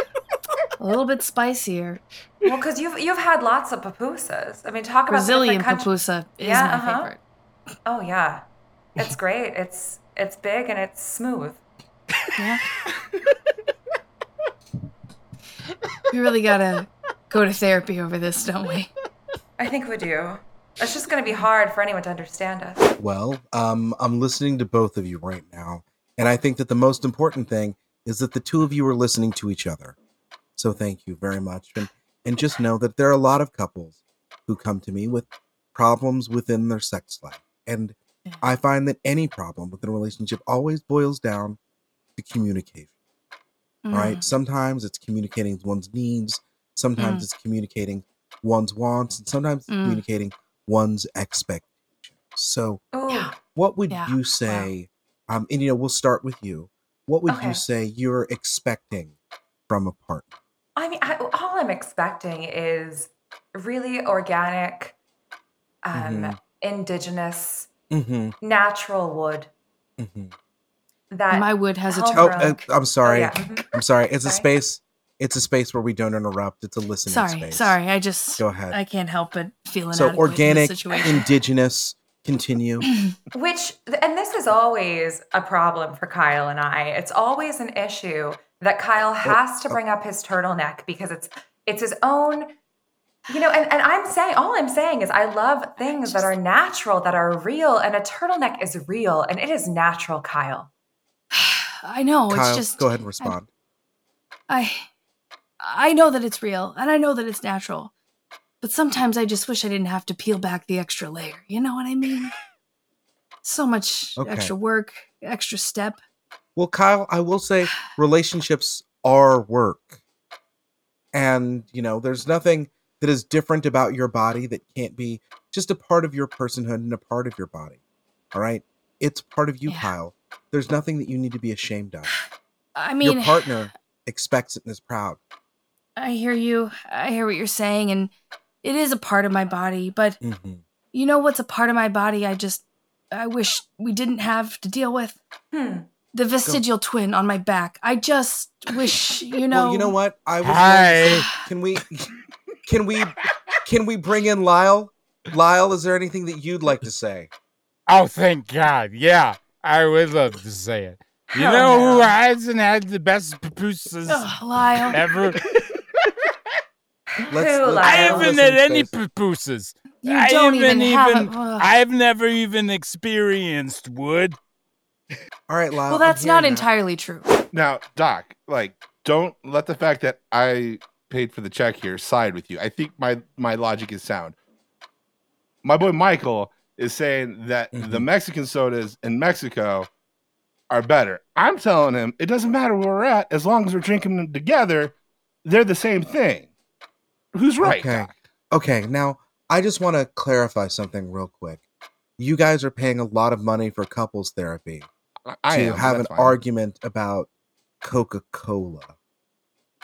Speaker 2: a little bit spicier.
Speaker 8: Well, because you've you've had lots of pupusas. I mean, talk about the
Speaker 2: Brazilian
Speaker 8: different countries-
Speaker 2: papusa is
Speaker 8: Yeah,
Speaker 2: my
Speaker 8: uh-huh.
Speaker 2: favorite.
Speaker 8: Oh yeah, it's great. It's it's big and it's smooth.
Speaker 2: Yeah. we really gotta go to therapy over this, don't we?
Speaker 8: I think we do. It's just gonna be hard for anyone to understand us.
Speaker 5: Well, um, I'm listening to both of you right now, and I think that the most important thing is that the two of you are listening to each other. So thank you very much, and and just know that there are a lot of couples who come to me with problems within their sex life, and I find that any problem within a relationship always boils down to communication.
Speaker 6: Mm-hmm.
Speaker 5: Right? Sometimes it's communicating one's needs, sometimes it's communicating one's wants, and sometimes it's
Speaker 2: Mm.
Speaker 5: communicating one's expectations. So
Speaker 8: Ooh,
Speaker 2: Yeah.
Speaker 5: what would
Speaker 2: Yeah,
Speaker 5: you say um and you know we'll start with you what would
Speaker 8: Okay.
Speaker 5: you say you're expecting from a partner
Speaker 8: I mean, I, all I'm expecting is really organic, um,
Speaker 5: Mhm.
Speaker 8: indigenous,
Speaker 5: mm-hmm,
Speaker 8: natural wood
Speaker 5: mm-hmm.
Speaker 8: that.
Speaker 2: My wood has a
Speaker 8: How-
Speaker 2: turn.
Speaker 5: oh uh,
Speaker 8: Brooke.
Speaker 5: i'm sorry
Speaker 8: Oh, yeah. mhm.
Speaker 2: Mm-hmm.
Speaker 5: i'm sorry it's a
Speaker 8: Sorry.
Speaker 5: space it's a space where we don't interrupt it's a listening
Speaker 2: Sorry,
Speaker 5: space
Speaker 2: sorry. I just
Speaker 5: go ahead
Speaker 2: I can't help but feeling
Speaker 5: so organic
Speaker 2: situation.
Speaker 5: indigenous continue
Speaker 8: Which, and this is always a problem for Kyle and I. It's always an issue that Kyle has to bring up his turtleneck because it's it's his own, you know. And, and I'm saying, all I'm saying is, I love things that are natural, that are real, and a turtleneck is real and it is natural, Kyle.
Speaker 2: I
Speaker 10: Oh,
Speaker 2: know
Speaker 5: kyle
Speaker 2: it's just
Speaker 5: go ahead and respond
Speaker 2: I I know that it's real and I know that it's natural. But sometimes I just wish I didn't have to peel back the extra layer. You know what I mean? So much
Speaker 5: Okay.
Speaker 2: extra work, extra step.
Speaker 5: Well, Kyle, I will say relationships are work. And, you know, there's nothing that is different about your body that can't be just a part of your personhood and a part of your body. All right. It's part of you, Kyle. There's nothing that you need to be ashamed of.
Speaker 10: I mean,
Speaker 5: Your partner expects it and is proud.
Speaker 10: I hear you. I hear what you're saying, and it is a part of my body. But
Speaker 5: Mhm.
Speaker 10: you know what's a part of my body? I just, I wish we didn't have to deal with
Speaker 12: Hmm.
Speaker 10: the vestigial twin on my back. I just wish, you know.
Speaker 5: Well, you know what? I was
Speaker 4: Hi.
Speaker 5: Can we can we can we bring in Lyle? Lyle, is there anything that you'd like to say?
Speaker 4: Oh, thank God. Yeah, I would love to say it. You know who hasn't had the best pupusas
Speaker 10: Ugh, Lyle.
Speaker 4: ever?
Speaker 5: Let's,
Speaker 12: Who, Lyle?
Speaker 4: I
Speaker 5: listen
Speaker 4: haven't
Speaker 5: to
Speaker 4: had any
Speaker 5: Stacy.
Speaker 4: pupusas.
Speaker 10: You
Speaker 4: I
Speaker 10: don't
Speaker 4: haven't
Speaker 10: even have a- ugh.
Speaker 4: I've never even experienced wood.
Speaker 5: All right, Lyle.
Speaker 10: well,
Speaker 5: Uh, I'm
Speaker 10: that's
Speaker 5: here
Speaker 10: not
Speaker 5: now.
Speaker 6: uh,
Speaker 10: entirely true.
Speaker 3: Now, Doc, like, don't let the fact that I paid for the check here side with you. I think my my logic is sound. My boy Michael is saying that
Speaker 14: Mm-hmm.
Speaker 3: the Mexican sodas in Mexico are better. I'm telling him it doesn't matter where we're at as long as we're drinking them together. They're the same thing. Who's right?
Speaker 5: Okay.
Speaker 3: Doc?
Speaker 5: Okay, now I just want to clarify something real quick. You guys are paying a lot of money for couples therapy
Speaker 3: I, I
Speaker 5: to
Speaker 3: am,
Speaker 5: have an
Speaker 3: that's fine.
Speaker 5: argument about Coca-Cola.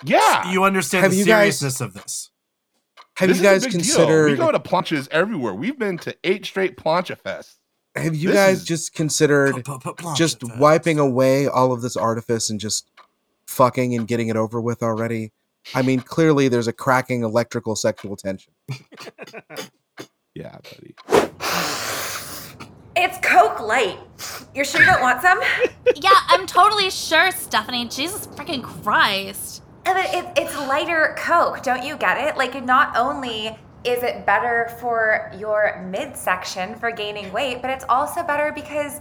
Speaker 3: Yeah.
Speaker 14: You understand
Speaker 5: Have
Speaker 14: the
Speaker 5: you guys-
Speaker 14: seriousness of this.
Speaker 5: Have
Speaker 3: This is
Speaker 5: you
Speaker 3: a
Speaker 5: guys
Speaker 3: big deal. We
Speaker 5: considered
Speaker 3: go to planches everywhere. We've been to eight straight plancha fests.
Speaker 5: have you
Speaker 3: this
Speaker 5: guys
Speaker 3: is-
Speaker 5: just considered
Speaker 14: Pl- pl- pl-
Speaker 5: just
Speaker 14: plancha
Speaker 5: wiping away all of this artifice and just fucking and getting it over with already. I mean, clearly there's a cracking electrical sexual tension.
Speaker 3: Yeah, buddy.
Speaker 12: It's Coke Light. You're sure you don't want some?
Speaker 2: yeah, I'm totally sure, Stephanie. Jesus freaking Christ.
Speaker 12: Yeah, But it, it's lighter Coke, don't you get it? Like, not only is it better for your midsection for gaining weight, but it's also better because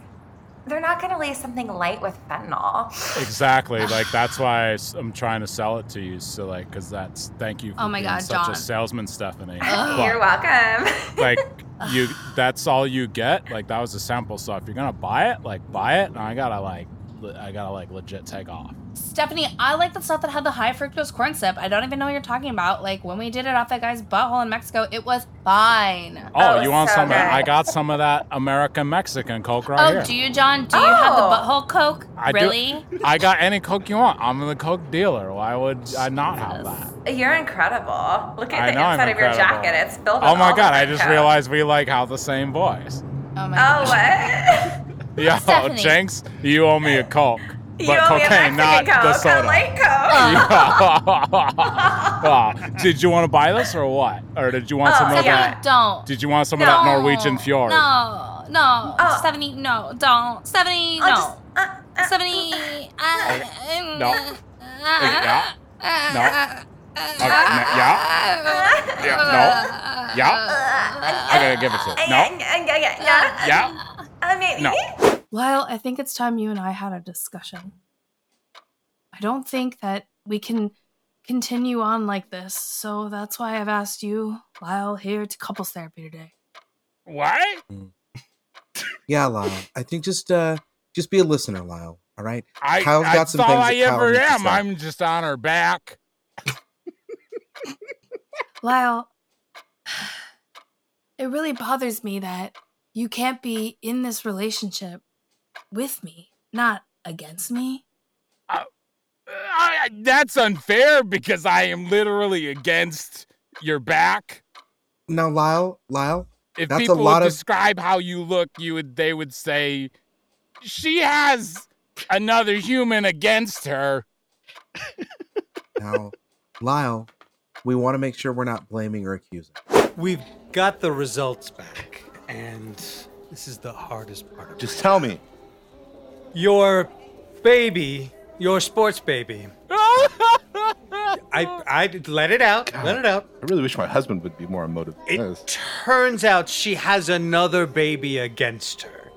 Speaker 12: they're not going to lay something light with fentanyl.
Speaker 4: Exactly. Like that's why I s- I'm trying to sell it to you. So like, cause that's thank you. For
Speaker 2: Oh my
Speaker 4: being
Speaker 2: God,
Speaker 4: such
Speaker 2: John.
Speaker 4: a salesman, Stephanie.
Speaker 12: You're welcome.
Speaker 4: But, like you, that's all you get. Like that was a sample. So if you're gonna buy it, like buy it. And I gotta like, le- I gotta like legit take off.
Speaker 2: Stephanie, I like the stuff that had the high fructose corn syrup. I don't even know what you're talking about. Like when we did it off that guy's butthole in Mexico, it was fine.
Speaker 4: Oh,
Speaker 12: Oh,
Speaker 4: you want
Speaker 12: so
Speaker 4: some? of that?
Speaker 12: good.
Speaker 4: I got some of that American Mexican Coke right
Speaker 2: oh,
Speaker 4: here.
Speaker 2: do you, John? Do you have the
Speaker 12: Oh.
Speaker 2: butthole Coke?
Speaker 4: I do-
Speaker 2: really?
Speaker 4: I got any Coke you want. I'm the Coke dealer. Why would I not have that?
Speaker 12: You're incredible. Look at
Speaker 4: I
Speaker 12: the
Speaker 4: know I'm
Speaker 12: inside of your
Speaker 4: incredible.
Speaker 12: jacket. It's filled with
Speaker 4: Oh my
Speaker 12: all
Speaker 4: god!
Speaker 12: the
Speaker 4: I just
Speaker 12: Coke.
Speaker 4: realized we like have the same voice.
Speaker 2: Oh my
Speaker 12: Oh,
Speaker 2: gosh.
Speaker 12: what?
Speaker 4: Yo,
Speaker 2: Stephanie.
Speaker 4: Jenks, you owe me a Coke. But
Speaker 12: you owe me a
Speaker 4: cocaine,
Speaker 12: Mexican
Speaker 4: not
Speaker 12: Coke,
Speaker 4: the
Speaker 12: a
Speaker 4: soda.
Speaker 12: light Coke.
Speaker 2: Oh.
Speaker 4: Yeah. Ah, did you want to buy this or what? Or did you want
Speaker 12: Oh,
Speaker 4: some of
Speaker 2: Stephanie,
Speaker 4: that?
Speaker 2: don't.
Speaker 4: Did you want some of that Norwegian fjord?
Speaker 2: No, no,
Speaker 12: Oh.
Speaker 2: Stephanie, no, don't, Stephanie,
Speaker 12: I'll
Speaker 2: no,
Speaker 12: just- uh, uh,
Speaker 2: Stephanie, uh,
Speaker 4: No.
Speaker 2: uh,
Speaker 4: Yeah. No. Okay, no,
Speaker 2: uh,
Speaker 4: yeah. Yeah. No. Yeah.
Speaker 12: uh,
Speaker 4: I gotta give it to
Speaker 12: uh,
Speaker 4: you. No.
Speaker 12: yeah, yeah, yeah, yeah.
Speaker 4: Yeah.
Speaker 12: Uh, maybe.
Speaker 4: No.
Speaker 10: Lyle, I think it's time you and I had a discussion. I don't think that we can continue on like this, so that's why I've asked you, Lyle, here to couples therapy today.
Speaker 4: What?
Speaker 5: Mm. Yeah, Lyle. I think just uh just be a listener, Lyle. All right.
Speaker 4: I,
Speaker 5: Kyle's got
Speaker 4: that's
Speaker 5: some
Speaker 4: all
Speaker 5: things
Speaker 4: I
Speaker 5: that Kyle
Speaker 4: ever
Speaker 5: needs to
Speaker 4: am.
Speaker 5: say.
Speaker 4: I'm just on her back.
Speaker 10: Lyle, it really bothers me that you can't be in this relationship with me, not against me.
Speaker 4: I, that's unfair because I am literally against your back.
Speaker 5: Now, Lyle, Lyle,
Speaker 4: if
Speaker 5: That's a
Speaker 4: people
Speaker 5: lot
Speaker 4: would
Speaker 5: of-
Speaker 4: describe how you look, you would they would say she has another human against her.
Speaker 5: now, Lyle, we want to make sure we're not blaming or accusing.
Speaker 7: We've got the results back, and this is the hardest part of it.
Speaker 3: Just tell me.
Speaker 7: Your baby, your sports baby. I, I did- let it out. Let it out.
Speaker 3: I really wish my husband would be more emotive. than
Speaker 7: It
Speaker 3: this.
Speaker 7: turns out she has another baby against her.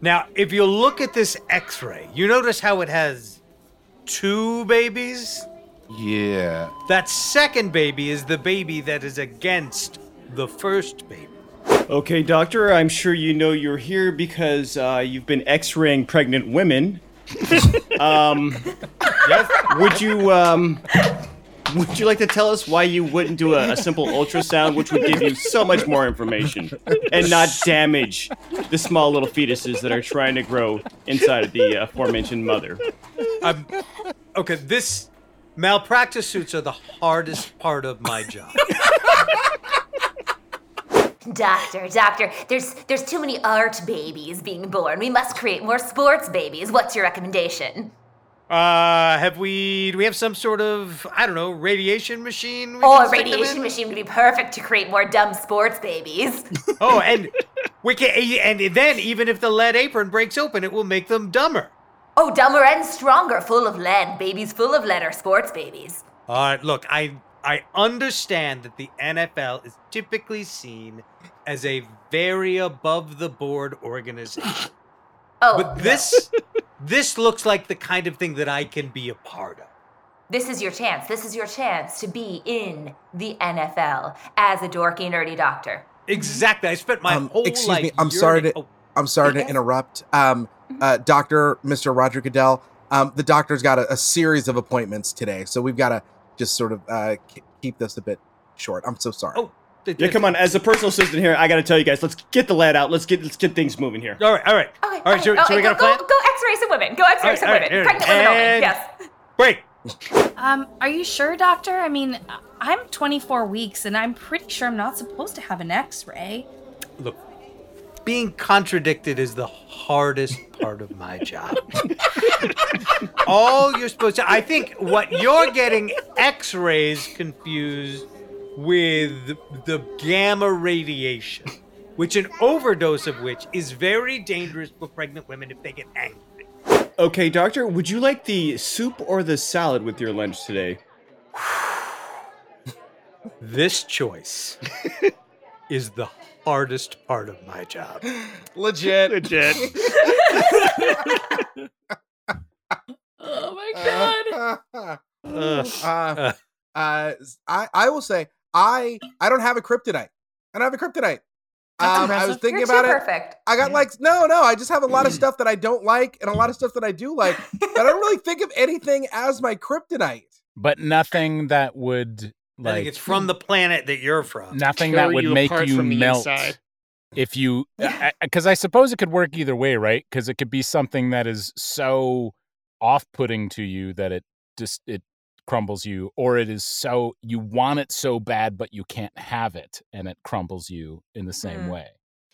Speaker 7: now, if you look at this x ray, you notice how it has two babies?
Speaker 3: Yeah.
Speaker 7: That second baby is the baby that is against the first baby.
Speaker 9: Okay, doctor, I'm sure you know you're here because uh, you've been x-raying pregnant
Speaker 1: Uh,
Speaker 9: women. um, Would you um, Would you like to tell us why you wouldn't do a, a simple ultrasound, which would give you so much more information and not damage the small little fetuses that are trying to grow inside of the uh, aforementioned mother?
Speaker 7: um, Okay, this malpractice suits are the hardest part of my job.
Speaker 15: Doctor, doctor, there's there's too many art babies being born. We must create more sports babies. What's your recommendation?
Speaker 7: Uh, have we? Do we have some sort of I don't know radiation machine? we
Speaker 15: Oh,
Speaker 7: can
Speaker 15: a
Speaker 7: stick them in?
Speaker 15: radiation machine would be perfect to create more dumb sports babies.
Speaker 7: Oh, and we can. And then even if the lead apron breaks open, it will make them dumber.
Speaker 15: Oh, dumber and stronger, full of lead. Babies full of lead are sports babies.
Speaker 7: All right, look, I I understand that the NFL is typically seen as a very above the board organization.
Speaker 15: Oh,
Speaker 7: But this this looks like the kind of thing that I can be a part of.
Speaker 15: This is your chance. This is your chance to be in the NFL as a dorky, nerdy doctor.
Speaker 7: Exactly. I spent my
Speaker 5: Um,
Speaker 7: whole
Speaker 5: excuse
Speaker 7: life
Speaker 5: me, I'm sorry
Speaker 7: yearning-
Speaker 5: to- I'm sorry to interrupt. Um, uh, Doctor, Mr. Roger Goodell. Um, the doctor's got a, a series of appointments today, so we've got to just sort of uh, k- keep this a bit short. I'm so sorry.
Speaker 7: Oh, oh, th-
Speaker 9: Yeah, come on. As a personal assistant here, I gotta tell you guys, let's get the lad out. Let's get let's get things moving here.
Speaker 7: All right, all right.
Speaker 15: Okay.
Speaker 7: all right, so,
Speaker 15: okay,
Speaker 7: so we
Speaker 15: oh, go,
Speaker 7: got a plan?
Speaker 15: Go, go x-ray some women. Go x-ray
Speaker 7: All right,
Speaker 15: some
Speaker 7: all right,
Speaker 15: women.
Speaker 7: here it is.
Speaker 15: Pregnant women only.
Speaker 7: And-
Speaker 15: Yes.
Speaker 7: Break.
Speaker 11: Um, are you sure, doctor? I mean, I- I'm 24 weeks and I'm pretty sure I'm not supposed to have an x ray.
Speaker 7: Look, being contradicted is the hardest part of my job. All you're supposed to, I think what you're getting x rays confused with the gamma radiation, which an overdose of which is very dangerous for pregnant women if they get angry.
Speaker 9: Okay, doctor, would you like the soup or the salad with your lunch today?
Speaker 7: This choice is the hardest part of my job.
Speaker 5: Legit.
Speaker 1: Legit.
Speaker 11: Oh my god.
Speaker 7: Ugh.
Speaker 5: uh, uh, I I will say I I don't have a kryptonite. I don't have a kryptonite.
Speaker 11: That's
Speaker 5: Um, I was
Speaker 11: impressive.
Speaker 5: thinking
Speaker 15: You're too
Speaker 5: about it.
Speaker 15: perfect.
Speaker 5: I got like no, no. I just have a lot
Speaker 4: Mm.
Speaker 5: of stuff that I don't like and a lot of stuff that I do like, but I don't really think of anything as my kryptonite.
Speaker 4: But nothing that would
Speaker 7: I think
Speaker 4: like
Speaker 7: it's from the planet that you're from.
Speaker 4: nothing
Speaker 1: Tear
Speaker 4: that would
Speaker 1: you
Speaker 4: make
Speaker 1: apart
Speaker 4: you
Speaker 1: from the
Speaker 4: melt.
Speaker 1: inside.
Speaker 4: If you, because I suppose it could work either way, right? Because it could be something that is so off-putting to you that it just it crumbles you, or it is so you want it so bad but you can't have it, and it crumbles you in the same
Speaker 15: Mm.
Speaker 5: Mm.
Speaker 8: Mhm.
Speaker 4: way.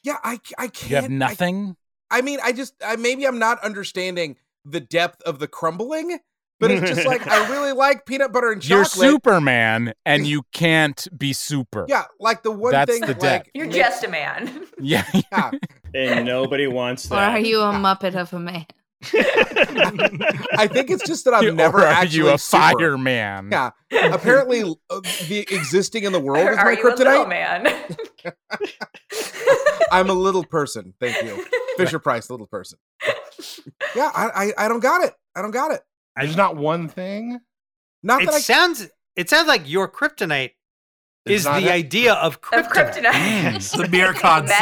Speaker 5: Yeah, I c- I can't.
Speaker 4: You have
Speaker 5: I-
Speaker 4: nothing.
Speaker 5: I, mean, I just I, maybe I'm not understanding the depth of the crumbling, but it's just like I really like peanut butter and
Speaker 4: You're
Speaker 5: chocolate.
Speaker 4: Superman, and you can't be super.
Speaker 5: Yeah, like the one
Speaker 4: That's
Speaker 5: thing
Speaker 4: the
Speaker 5: that
Speaker 4: depth.
Speaker 5: like
Speaker 15: You're
Speaker 5: makes-
Speaker 15: just a man.
Speaker 4: Yeah.
Speaker 5: yeah.
Speaker 9: And nobody wants
Speaker 11: Or
Speaker 9: that.
Speaker 11: are you a Muppet of a man?
Speaker 5: I think it's just that I'm
Speaker 4: Or
Speaker 5: never
Speaker 4: are
Speaker 5: actually
Speaker 4: you a
Speaker 5: super.
Speaker 4: fireman?
Speaker 5: Yeah. Apparently, uh, the existing in the world
Speaker 15: Or
Speaker 5: is
Speaker 15: are
Speaker 5: my
Speaker 15: you a little
Speaker 5: kryptonite.
Speaker 15: man?
Speaker 5: I'm a little person. Thank you, Fisher Price, little person. Yeah, I, I, I don't got it. I don't got it.
Speaker 3: There's not one thing.
Speaker 5: Not
Speaker 7: It
Speaker 5: that I
Speaker 7: sounds it sounds like your kryptonite
Speaker 3: It's
Speaker 7: is the
Speaker 3: not it.
Speaker 7: idea of kryptonite.
Speaker 15: of kryptonite.
Speaker 6: The mere concept.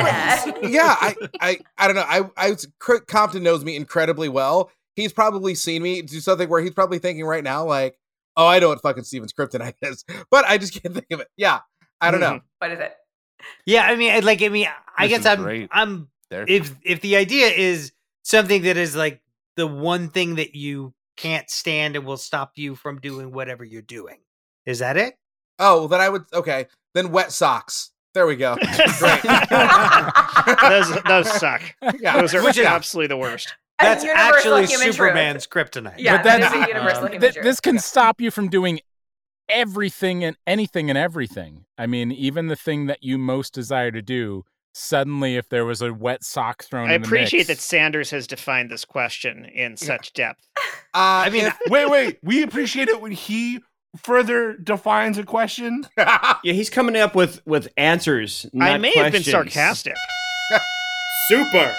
Speaker 15: Meta.
Speaker 5: yeah, I, I, I don't know. I, I, was- Cr- Compton knows me incredibly well. He's probably seen me do something where he's probably thinking right now, like, oh, I know what fucking Steven's kryptonite is, but I just can't think of it. Yeah, I don't
Speaker 4: Mm-hmm.
Speaker 5: know.
Speaker 15: What is it?
Speaker 7: Mm-hmm. Yeah, I mean, I- like I mean, I
Speaker 3: This
Speaker 7: guess
Speaker 3: is
Speaker 7: I'm
Speaker 3: great.
Speaker 7: I'm
Speaker 3: There.
Speaker 7: if if the idea is something that is like the one thing that you can't stand and will stop you from doing whatever you're doing. Is that it?
Speaker 5: Oh, well, then I would. Okay, then wet socks. There we go.
Speaker 1: those those suck.
Speaker 5: Yeah.
Speaker 1: Those are
Speaker 7: Which is-
Speaker 1: absolutely the worst.
Speaker 15: A
Speaker 7: That's
Speaker 15: universal
Speaker 7: actually
Speaker 15: human truth.
Speaker 7: Superman's kryptonite.
Speaker 15: Yeah,
Speaker 4: But that's-
Speaker 15: there's a universal
Speaker 7: Um,
Speaker 15: human
Speaker 4: Th-
Speaker 15: truth.
Speaker 4: this can stop you from doing everything and anything and everything. I mean, even the thing that you most desire to do, suddenly, if there was a wet sock thrown,
Speaker 1: I
Speaker 4: in the
Speaker 1: appreciate that
Speaker 4: mix,
Speaker 1: Sanders has defined this question in such depth.
Speaker 9: Uh,
Speaker 5: I
Speaker 7: mean,
Speaker 3: Wait, wait. We appreciate it when he further defines a question.
Speaker 9: Yeah, he's coming up with with answers.
Speaker 1: I
Speaker 9: not
Speaker 1: may have been
Speaker 9: questions.
Speaker 1: sarcastic.
Speaker 9: Super.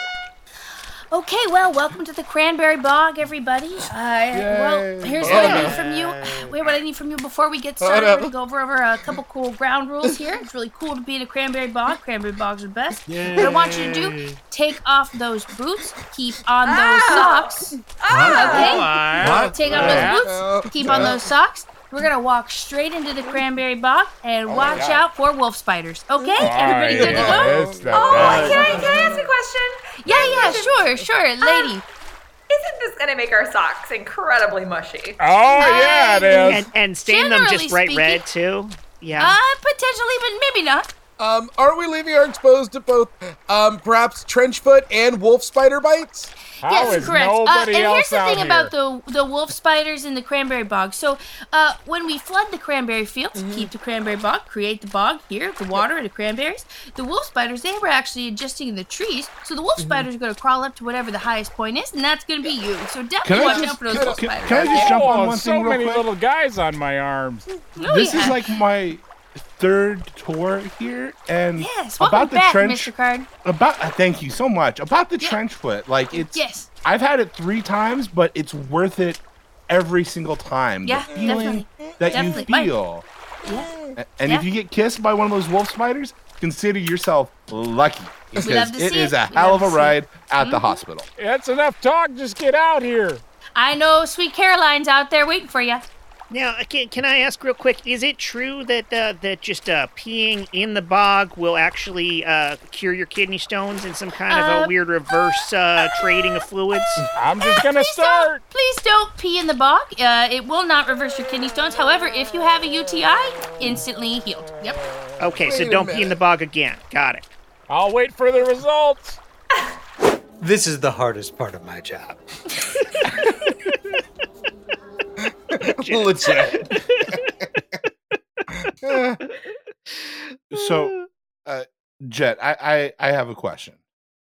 Speaker 11: Okay, well, welcome to the Cranberry Bog, everybody. Uh, well, here's what I need from you. Wait, what I need from you before we get started. We're gonna go over, over a couple cool ground rules here. It's really cool to be in a cranberry bog. Cranberry bogs are the best. What I want you to do: take off those boots, keep on those
Speaker 15: Ow.
Speaker 11: socks.
Speaker 15: Ah!
Speaker 11: Okay. Take off those boots, keep on those socks. We're gonna walk straight into the cranberry bog and
Speaker 16: Oh my
Speaker 11: watch
Speaker 16: God.
Speaker 11: out for wolf spiders. Okay, everybody good to go?
Speaker 16: yeah, it's not
Speaker 15: Oh,
Speaker 16: bad.
Speaker 15: can I, can I ask a question?
Speaker 11: Yeah, yeah, sure, sure,
Speaker 8: Ah,
Speaker 11: lady.
Speaker 15: Isn't this gonna make our socks incredibly mushy?
Speaker 4: Oh,
Speaker 16: yeah, it
Speaker 1: And,
Speaker 16: is.
Speaker 1: and stain them just
Speaker 11: Generally
Speaker 1: bright red too. Yeah.
Speaker 11: Uh, potentially, but maybe not.
Speaker 5: Um, are we leaving our exposed to both, um, perhaps trench foot and wolf spider bites?
Speaker 16: How
Speaker 11: yes,
Speaker 16: is
Speaker 11: correct. Uh,
Speaker 16: nobody
Speaker 11: and
Speaker 16: else
Speaker 11: here's the
Speaker 16: out
Speaker 11: thing
Speaker 16: here?
Speaker 11: about the the wolf spiders in the cranberry bog. So, uh, when we flood the cranberry fields, keep the cranberry bog, create the bog here, the water and the cranberries. The wolf spiders they were actually adjusting in the trees, so the wolf spiders are going to crawl up to whatever the highest point is, and that's going to be you. So
Speaker 3: Can
Speaker 11: definitely
Speaker 3: I
Speaker 11: watch
Speaker 3: just-
Speaker 11: out for those
Speaker 3: can-
Speaker 11: wolf
Speaker 3: can-
Speaker 11: spiders.
Speaker 3: can I just
Speaker 16: oh,
Speaker 3: jump on one
Speaker 16: so
Speaker 3: thing real
Speaker 16: many
Speaker 3: quick?
Speaker 16: little guys on my arms.
Speaker 11: No,
Speaker 3: this is
Speaker 11: yeah.
Speaker 3: like my third tour here, and
Speaker 11: yes. Welcome
Speaker 3: about the
Speaker 11: back,
Speaker 3: trench.
Speaker 11: Mr. Card.
Speaker 3: About uh, thank you so much. About the trench foot, like it's.
Speaker 11: Yes.
Speaker 3: I've had it three times, but it's worth it every single time.
Speaker 11: Yeah,
Speaker 3: the feeling
Speaker 11: definitely.
Speaker 3: that
Speaker 11: Definitely.
Speaker 3: you
Speaker 11: Mike.
Speaker 3: feel,
Speaker 11: Yeah.
Speaker 3: A- and if
Speaker 11: Yeah.
Speaker 3: you get kissed by one of those wolf spiders, consider yourself lucky because
Speaker 11: love to
Speaker 3: it
Speaker 11: see
Speaker 3: is
Speaker 11: it.
Speaker 3: a
Speaker 11: We
Speaker 3: hell
Speaker 11: love
Speaker 3: of a
Speaker 11: to see it. Mm-hmm.
Speaker 3: ride at the hospital.
Speaker 16: That's enough talk. Just get out here.
Speaker 11: I know Sweet Caroline's out there waiting for you.
Speaker 1: Now, I can, can I ask real quick? Is it true that uh, that just uh, peeing in the bog will actually uh, cure your kidney stones in some kind of
Speaker 11: Uh,
Speaker 1: a weird reverse uh, trading of fluids?
Speaker 16: I'm just gonna
Speaker 11: Please
Speaker 16: start.
Speaker 11: Don't, please don't pee in the bog. Uh, it will not reverse your kidney stones. However, if you have a UTI, instantly healed. Yep.
Speaker 1: Okay,
Speaker 5: Wait
Speaker 1: so
Speaker 5: a
Speaker 1: don't pee in the bog again. Got it.
Speaker 16: I'll wait for the results.
Speaker 7: This is the hardest part of my job.
Speaker 5: Legit.
Speaker 3: So, uh, Jet, I, I I have a question.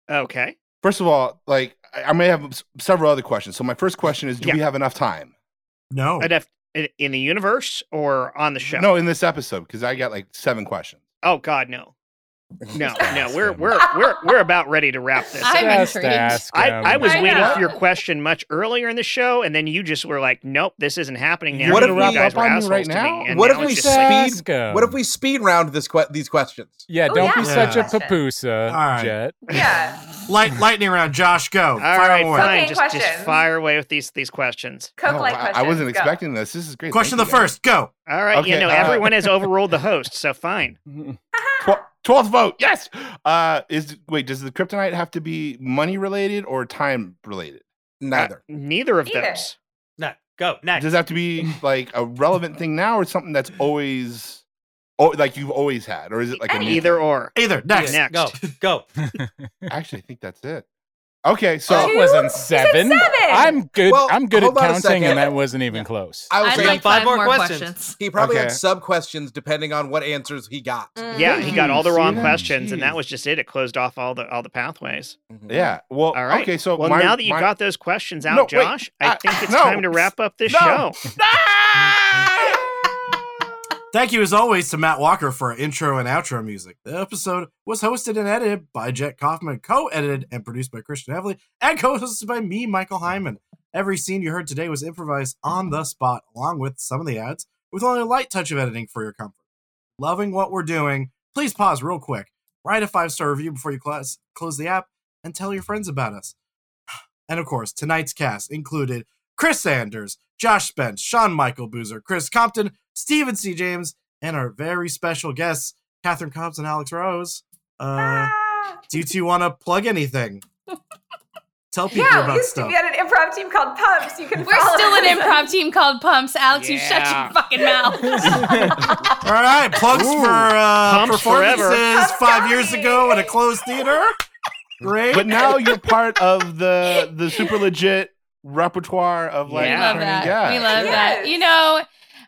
Speaker 1: Okay.
Speaker 3: First of all, like I, I may have s- several other questions. So my first question is, do
Speaker 1: Yeah.
Speaker 3: we have enough time?
Speaker 6: No.
Speaker 1: Enough in- in the universe or on the show?
Speaker 3: No, in this episode, because I got like seven questions.
Speaker 1: Oh God, no. No, no. We're we're we're we're about ready to wrap this. up.
Speaker 2: I'm
Speaker 16: Just
Speaker 2: intrigued.
Speaker 16: ask
Speaker 1: I,
Speaker 16: him.
Speaker 1: I was
Speaker 15: I
Speaker 1: waiting
Speaker 15: know.
Speaker 1: for your question much earlier in the show, and then you just were like, "Nope, this isn't happening now."
Speaker 5: What
Speaker 1: You
Speaker 5: if we-
Speaker 1: guys were
Speaker 3: up on me
Speaker 1: assholes
Speaker 3: right
Speaker 1: to me,
Speaker 3: now?
Speaker 1: and
Speaker 5: What
Speaker 1: now
Speaker 5: if
Speaker 1: it's
Speaker 5: we
Speaker 1: just
Speaker 5: said-
Speaker 1: like-
Speaker 5: like-
Speaker 16: Ask 'em.
Speaker 5: What if we speed round this que- these questions?
Speaker 16: Yeah,
Speaker 15: Oh,
Speaker 16: don't
Speaker 15: yeah.
Speaker 16: be such a
Speaker 6: Yeah.
Speaker 16: papoosa,
Speaker 6: All right.
Speaker 16: Jet.
Speaker 15: Yeah.
Speaker 6: Light, lightning round, Josh, go.
Speaker 1: All
Speaker 6: Fire
Speaker 1: right,
Speaker 6: away.
Speaker 1: fine.
Speaker 15: Okay,
Speaker 1: just, just
Speaker 15: questions.
Speaker 1: fire away with these these questions.
Speaker 15: Coke
Speaker 3: Oh,
Speaker 15: like
Speaker 3: wow,
Speaker 15: questions.
Speaker 3: I wasn't
Speaker 15: go.
Speaker 3: expecting this. This is great.
Speaker 6: Question the
Speaker 3: Thank you, guys.
Speaker 6: first, go.
Speaker 1: All right, you
Speaker 3: Okay,
Speaker 1: know
Speaker 3: uh,
Speaker 1: everyone has overruled the host, so fine.
Speaker 3: Tw- Twelfth vote. Yes. Uh, is wait, does the kryptonite have to be money related or time related?
Speaker 5: Neither.
Speaker 1: Uh, Neither of
Speaker 15: Neither.
Speaker 1: those.
Speaker 7: No, go next.
Speaker 3: Does it have to be like a relevant thing now, or something that's always, oh, like you've always had, or is it like a new
Speaker 1: Either
Speaker 3: thing?
Speaker 1: or.
Speaker 6: Either. Next.
Speaker 1: Next.
Speaker 7: Go, go.
Speaker 3: Actually, I think that's it. Okay, so
Speaker 16: That
Speaker 15: Two? You
Speaker 16: wasn't
Speaker 15: said
Speaker 16: seven.
Speaker 15: seven.
Speaker 16: I'm good.
Speaker 5: Well,
Speaker 16: I'm good at
Speaker 5: hold on a
Speaker 16: counting,
Speaker 5: second.
Speaker 16: and that wasn't even close.
Speaker 5: I was
Speaker 2: I'd
Speaker 5: saying
Speaker 2: like
Speaker 7: five
Speaker 2: five
Speaker 7: more
Speaker 2: more
Speaker 7: questions.
Speaker 2: questions.
Speaker 5: he probably had
Speaker 3: Okay.
Speaker 5: sub questions depending on what answers he got.
Speaker 1: Yeah, he got all the
Speaker 3: See
Speaker 1: wrong
Speaker 3: that?
Speaker 1: questions, and that
Speaker 3: Jeez.
Speaker 1: was just it. It closed off all the all the pathways.
Speaker 5: Mm-hmm.
Speaker 3: yeah. Well,
Speaker 1: All right.
Speaker 3: Okay, so
Speaker 1: well,
Speaker 3: my-
Speaker 1: now that you
Speaker 3: my-
Speaker 1: got those questions out,
Speaker 3: No, wait,
Speaker 1: Josh, I
Speaker 6: Uh,
Speaker 3: I-
Speaker 1: think it's
Speaker 3: no,
Speaker 1: time to wrap up this
Speaker 3: no.
Speaker 1: show.
Speaker 6: Thank you, as always, to Matt Walker for our intro and outro music. The episode was hosted and edited by Jet Kaufman, co edited and produced by Christian Evely, and co hosted by me, Michael Hyman. Every scene you heard today was improvised on the spot, along with some of the ads, with only a light touch of editing for your comfort. Loving what we're doing, please pause real quick, write a five star review before you class, close the app, and tell your friends about us. And of course, tonight's cast included Chris Sanders, Josh Spence, Sean Michael Boozer, Chris Compton, Stephen C. James, and our very special guests, Catherine Cobbs and Alex Rose. Uh,
Speaker 15: Ah.
Speaker 6: do you two want to plug anything? Tell people
Speaker 15: Yeah, we
Speaker 6: about
Speaker 15: used to
Speaker 6: stuff.
Speaker 15: be at an improv team called Pumps. You can
Speaker 11: We're
Speaker 15: follow
Speaker 11: still an
Speaker 15: us.
Speaker 11: improv team called Pumps. Alex, you shut
Speaker 1: Yeah.
Speaker 11: your fucking mouth.
Speaker 6: All right, plugs for uh,
Speaker 1: Pumps forever.
Speaker 6: performances five years ago at a closed theater. Great.
Speaker 3: but now you're part of the the super legit repertoire of like
Speaker 1: Yeah.
Speaker 11: We love
Speaker 3: returning
Speaker 11: that. We
Speaker 3: guests.
Speaker 11: love that.
Speaker 15: Yes.
Speaker 11: You know.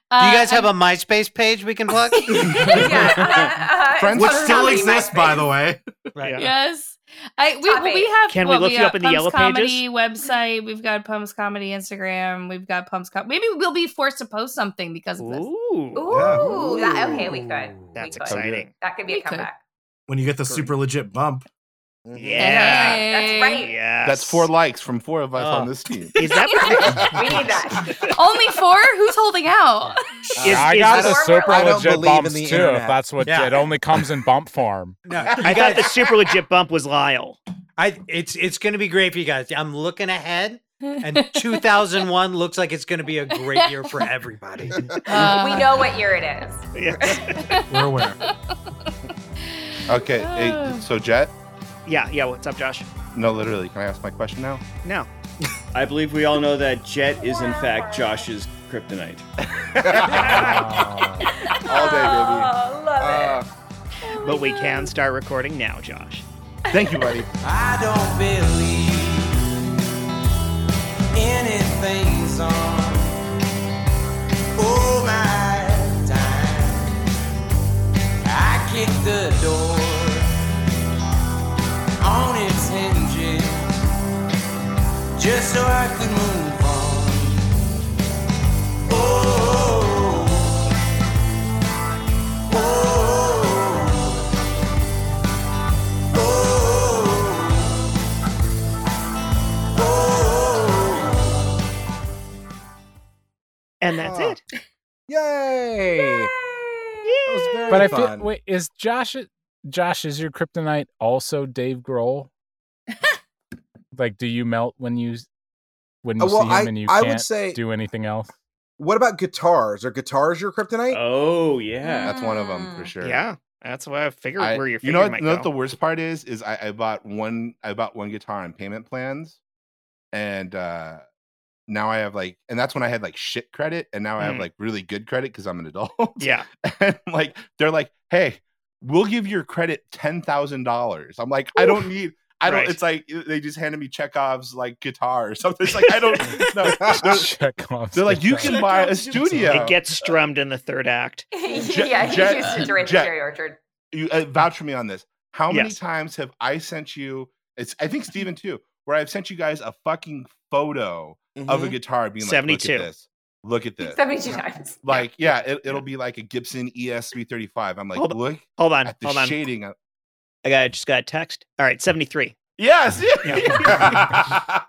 Speaker 7: Do
Speaker 11: uh,
Speaker 7: you guys have
Speaker 11: I'm-
Speaker 7: a MySpace page we can plug?
Speaker 15: yeah, uh, uh,
Speaker 3: Friends
Speaker 6: which
Speaker 15: it's
Speaker 6: still
Speaker 15: comedy
Speaker 6: exists,
Speaker 15: MySpace.
Speaker 6: by the way.
Speaker 1: Yeah.
Speaker 11: Yes. I we,
Speaker 15: Top
Speaker 11: well, we
Speaker 15: eight.
Speaker 11: have
Speaker 1: Can we
Speaker 11: well,
Speaker 1: look you
Speaker 11: got
Speaker 1: up in the
Speaker 11: Pumps
Speaker 1: yellow
Speaker 11: comedy website. We've got Pumps comedy Instagram. We've got Pumps com- Maybe we'll be forced to post something because of this.
Speaker 1: Ooh,
Speaker 15: Ooh, that, okay, we could.
Speaker 1: that's
Speaker 15: we could.
Speaker 1: exciting.
Speaker 15: That could be
Speaker 11: We
Speaker 15: a
Speaker 11: could.
Speaker 15: comeback.
Speaker 6: When you get the super legit bump.
Speaker 1: Mm-hmm. Yeah.
Speaker 15: That's right.
Speaker 1: Yeah.
Speaker 3: That's four likes from four of us
Speaker 7: Oh.
Speaker 3: on this team.
Speaker 1: Is that
Speaker 15: we need that.
Speaker 11: Only four? Who's holding out?
Speaker 1: Is-
Speaker 16: I
Speaker 1: is
Speaker 16: got
Speaker 1: the
Speaker 16: the
Speaker 15: former-
Speaker 16: super
Speaker 5: I don't
Speaker 16: legit
Speaker 5: believe in
Speaker 16: bumps
Speaker 5: the
Speaker 16: too.
Speaker 5: internet.
Speaker 16: If that's what
Speaker 7: Yeah.
Speaker 16: it only comes in bump form.
Speaker 7: No,
Speaker 1: I thought the super legit bump was Lyle.
Speaker 7: I it's it's going to be great for you guys. I'm looking ahead and 2001 looks like it's going to be a great year for everybody.
Speaker 8: we
Speaker 11: Uh.
Speaker 8: know what year it is.
Speaker 7: We're aware.
Speaker 3: Okay,
Speaker 1: Ah.
Speaker 3: hey, so Jet?
Speaker 1: Yeah, yeah, what's up, Josh?
Speaker 3: No, literally, can I ask my question now?
Speaker 1: No.
Speaker 9: I believe we all know that Jet is in fact Josh's kryptonite.
Speaker 3: All day, baby. Uh, Ah.
Speaker 15: Oh, love it. Oh,
Speaker 1: But we can start recording now, Josh.
Speaker 3: Thank you, buddy.
Speaker 17: I don't believe anything's on all my time. I kick the door on its hinges just so I could move on. Oh, oh, oh, oh, oh, oh.
Speaker 1: And that's
Speaker 5: Ah.
Speaker 1: it.
Speaker 5: Yay! That was very
Speaker 16: But I
Speaker 5: fun.
Speaker 16: feel wait, is Josh Josh is your kryptonite also Dave Grohl? like, do you melt when you when you
Speaker 5: Uh, well,
Speaker 16: see him
Speaker 5: I-
Speaker 16: and you
Speaker 5: I would
Speaker 16: can't
Speaker 5: say-
Speaker 16: do anything else?
Speaker 5: what about guitars? Are guitars your kryptonite?
Speaker 9: Oh yeah.
Speaker 3: That's one of them for sure.
Speaker 1: Yeah, that's why I figured
Speaker 3: I-
Speaker 1: where your
Speaker 3: you
Speaker 1: finger
Speaker 3: know what,
Speaker 1: might
Speaker 3: you know
Speaker 1: go.
Speaker 3: what the worst part is is I, I bought one I bought one guitar on payment plans and uh now I have like and that's when I had like shit credit and now I have
Speaker 1: Mm.
Speaker 3: like really good credit because I'm an adult.
Speaker 1: yeah,
Speaker 3: and like they're like, hey, we'll give your credit ten thousand dollars. I'm like, I don't need I don't
Speaker 1: Right.
Speaker 3: it's like uh, they just handed me Chekhov's like guitar or something. It's like I don't no, they're,
Speaker 16: Check off.
Speaker 3: they're like you can buy a studio.
Speaker 1: it gets strummed in the third act.
Speaker 3: Jet-
Speaker 15: yeah,
Speaker 3: Jet-
Speaker 15: he used to direct
Speaker 3: Jet.
Speaker 15: the Cherry Orchard.
Speaker 3: you uh, vouch for me on this. How many
Speaker 1: Yes.
Speaker 3: times have I sent you? It's I think Steven too, where I've sent you guys a fucking photo of a
Speaker 5: Mhm.
Speaker 3: guitar being like, Look
Speaker 1: 72.
Speaker 3: at this. Look at this.
Speaker 15: 72 times.
Speaker 3: Like, yeah, it, it'll be like a Gibson E ES335. I'm like,
Speaker 1: Hold on,
Speaker 3: look
Speaker 1: Hold on,
Speaker 3: at the
Speaker 1: hold on.
Speaker 3: shading. Of-
Speaker 1: I got just got a text. All right, seventy three.
Speaker 3: yes. yeah.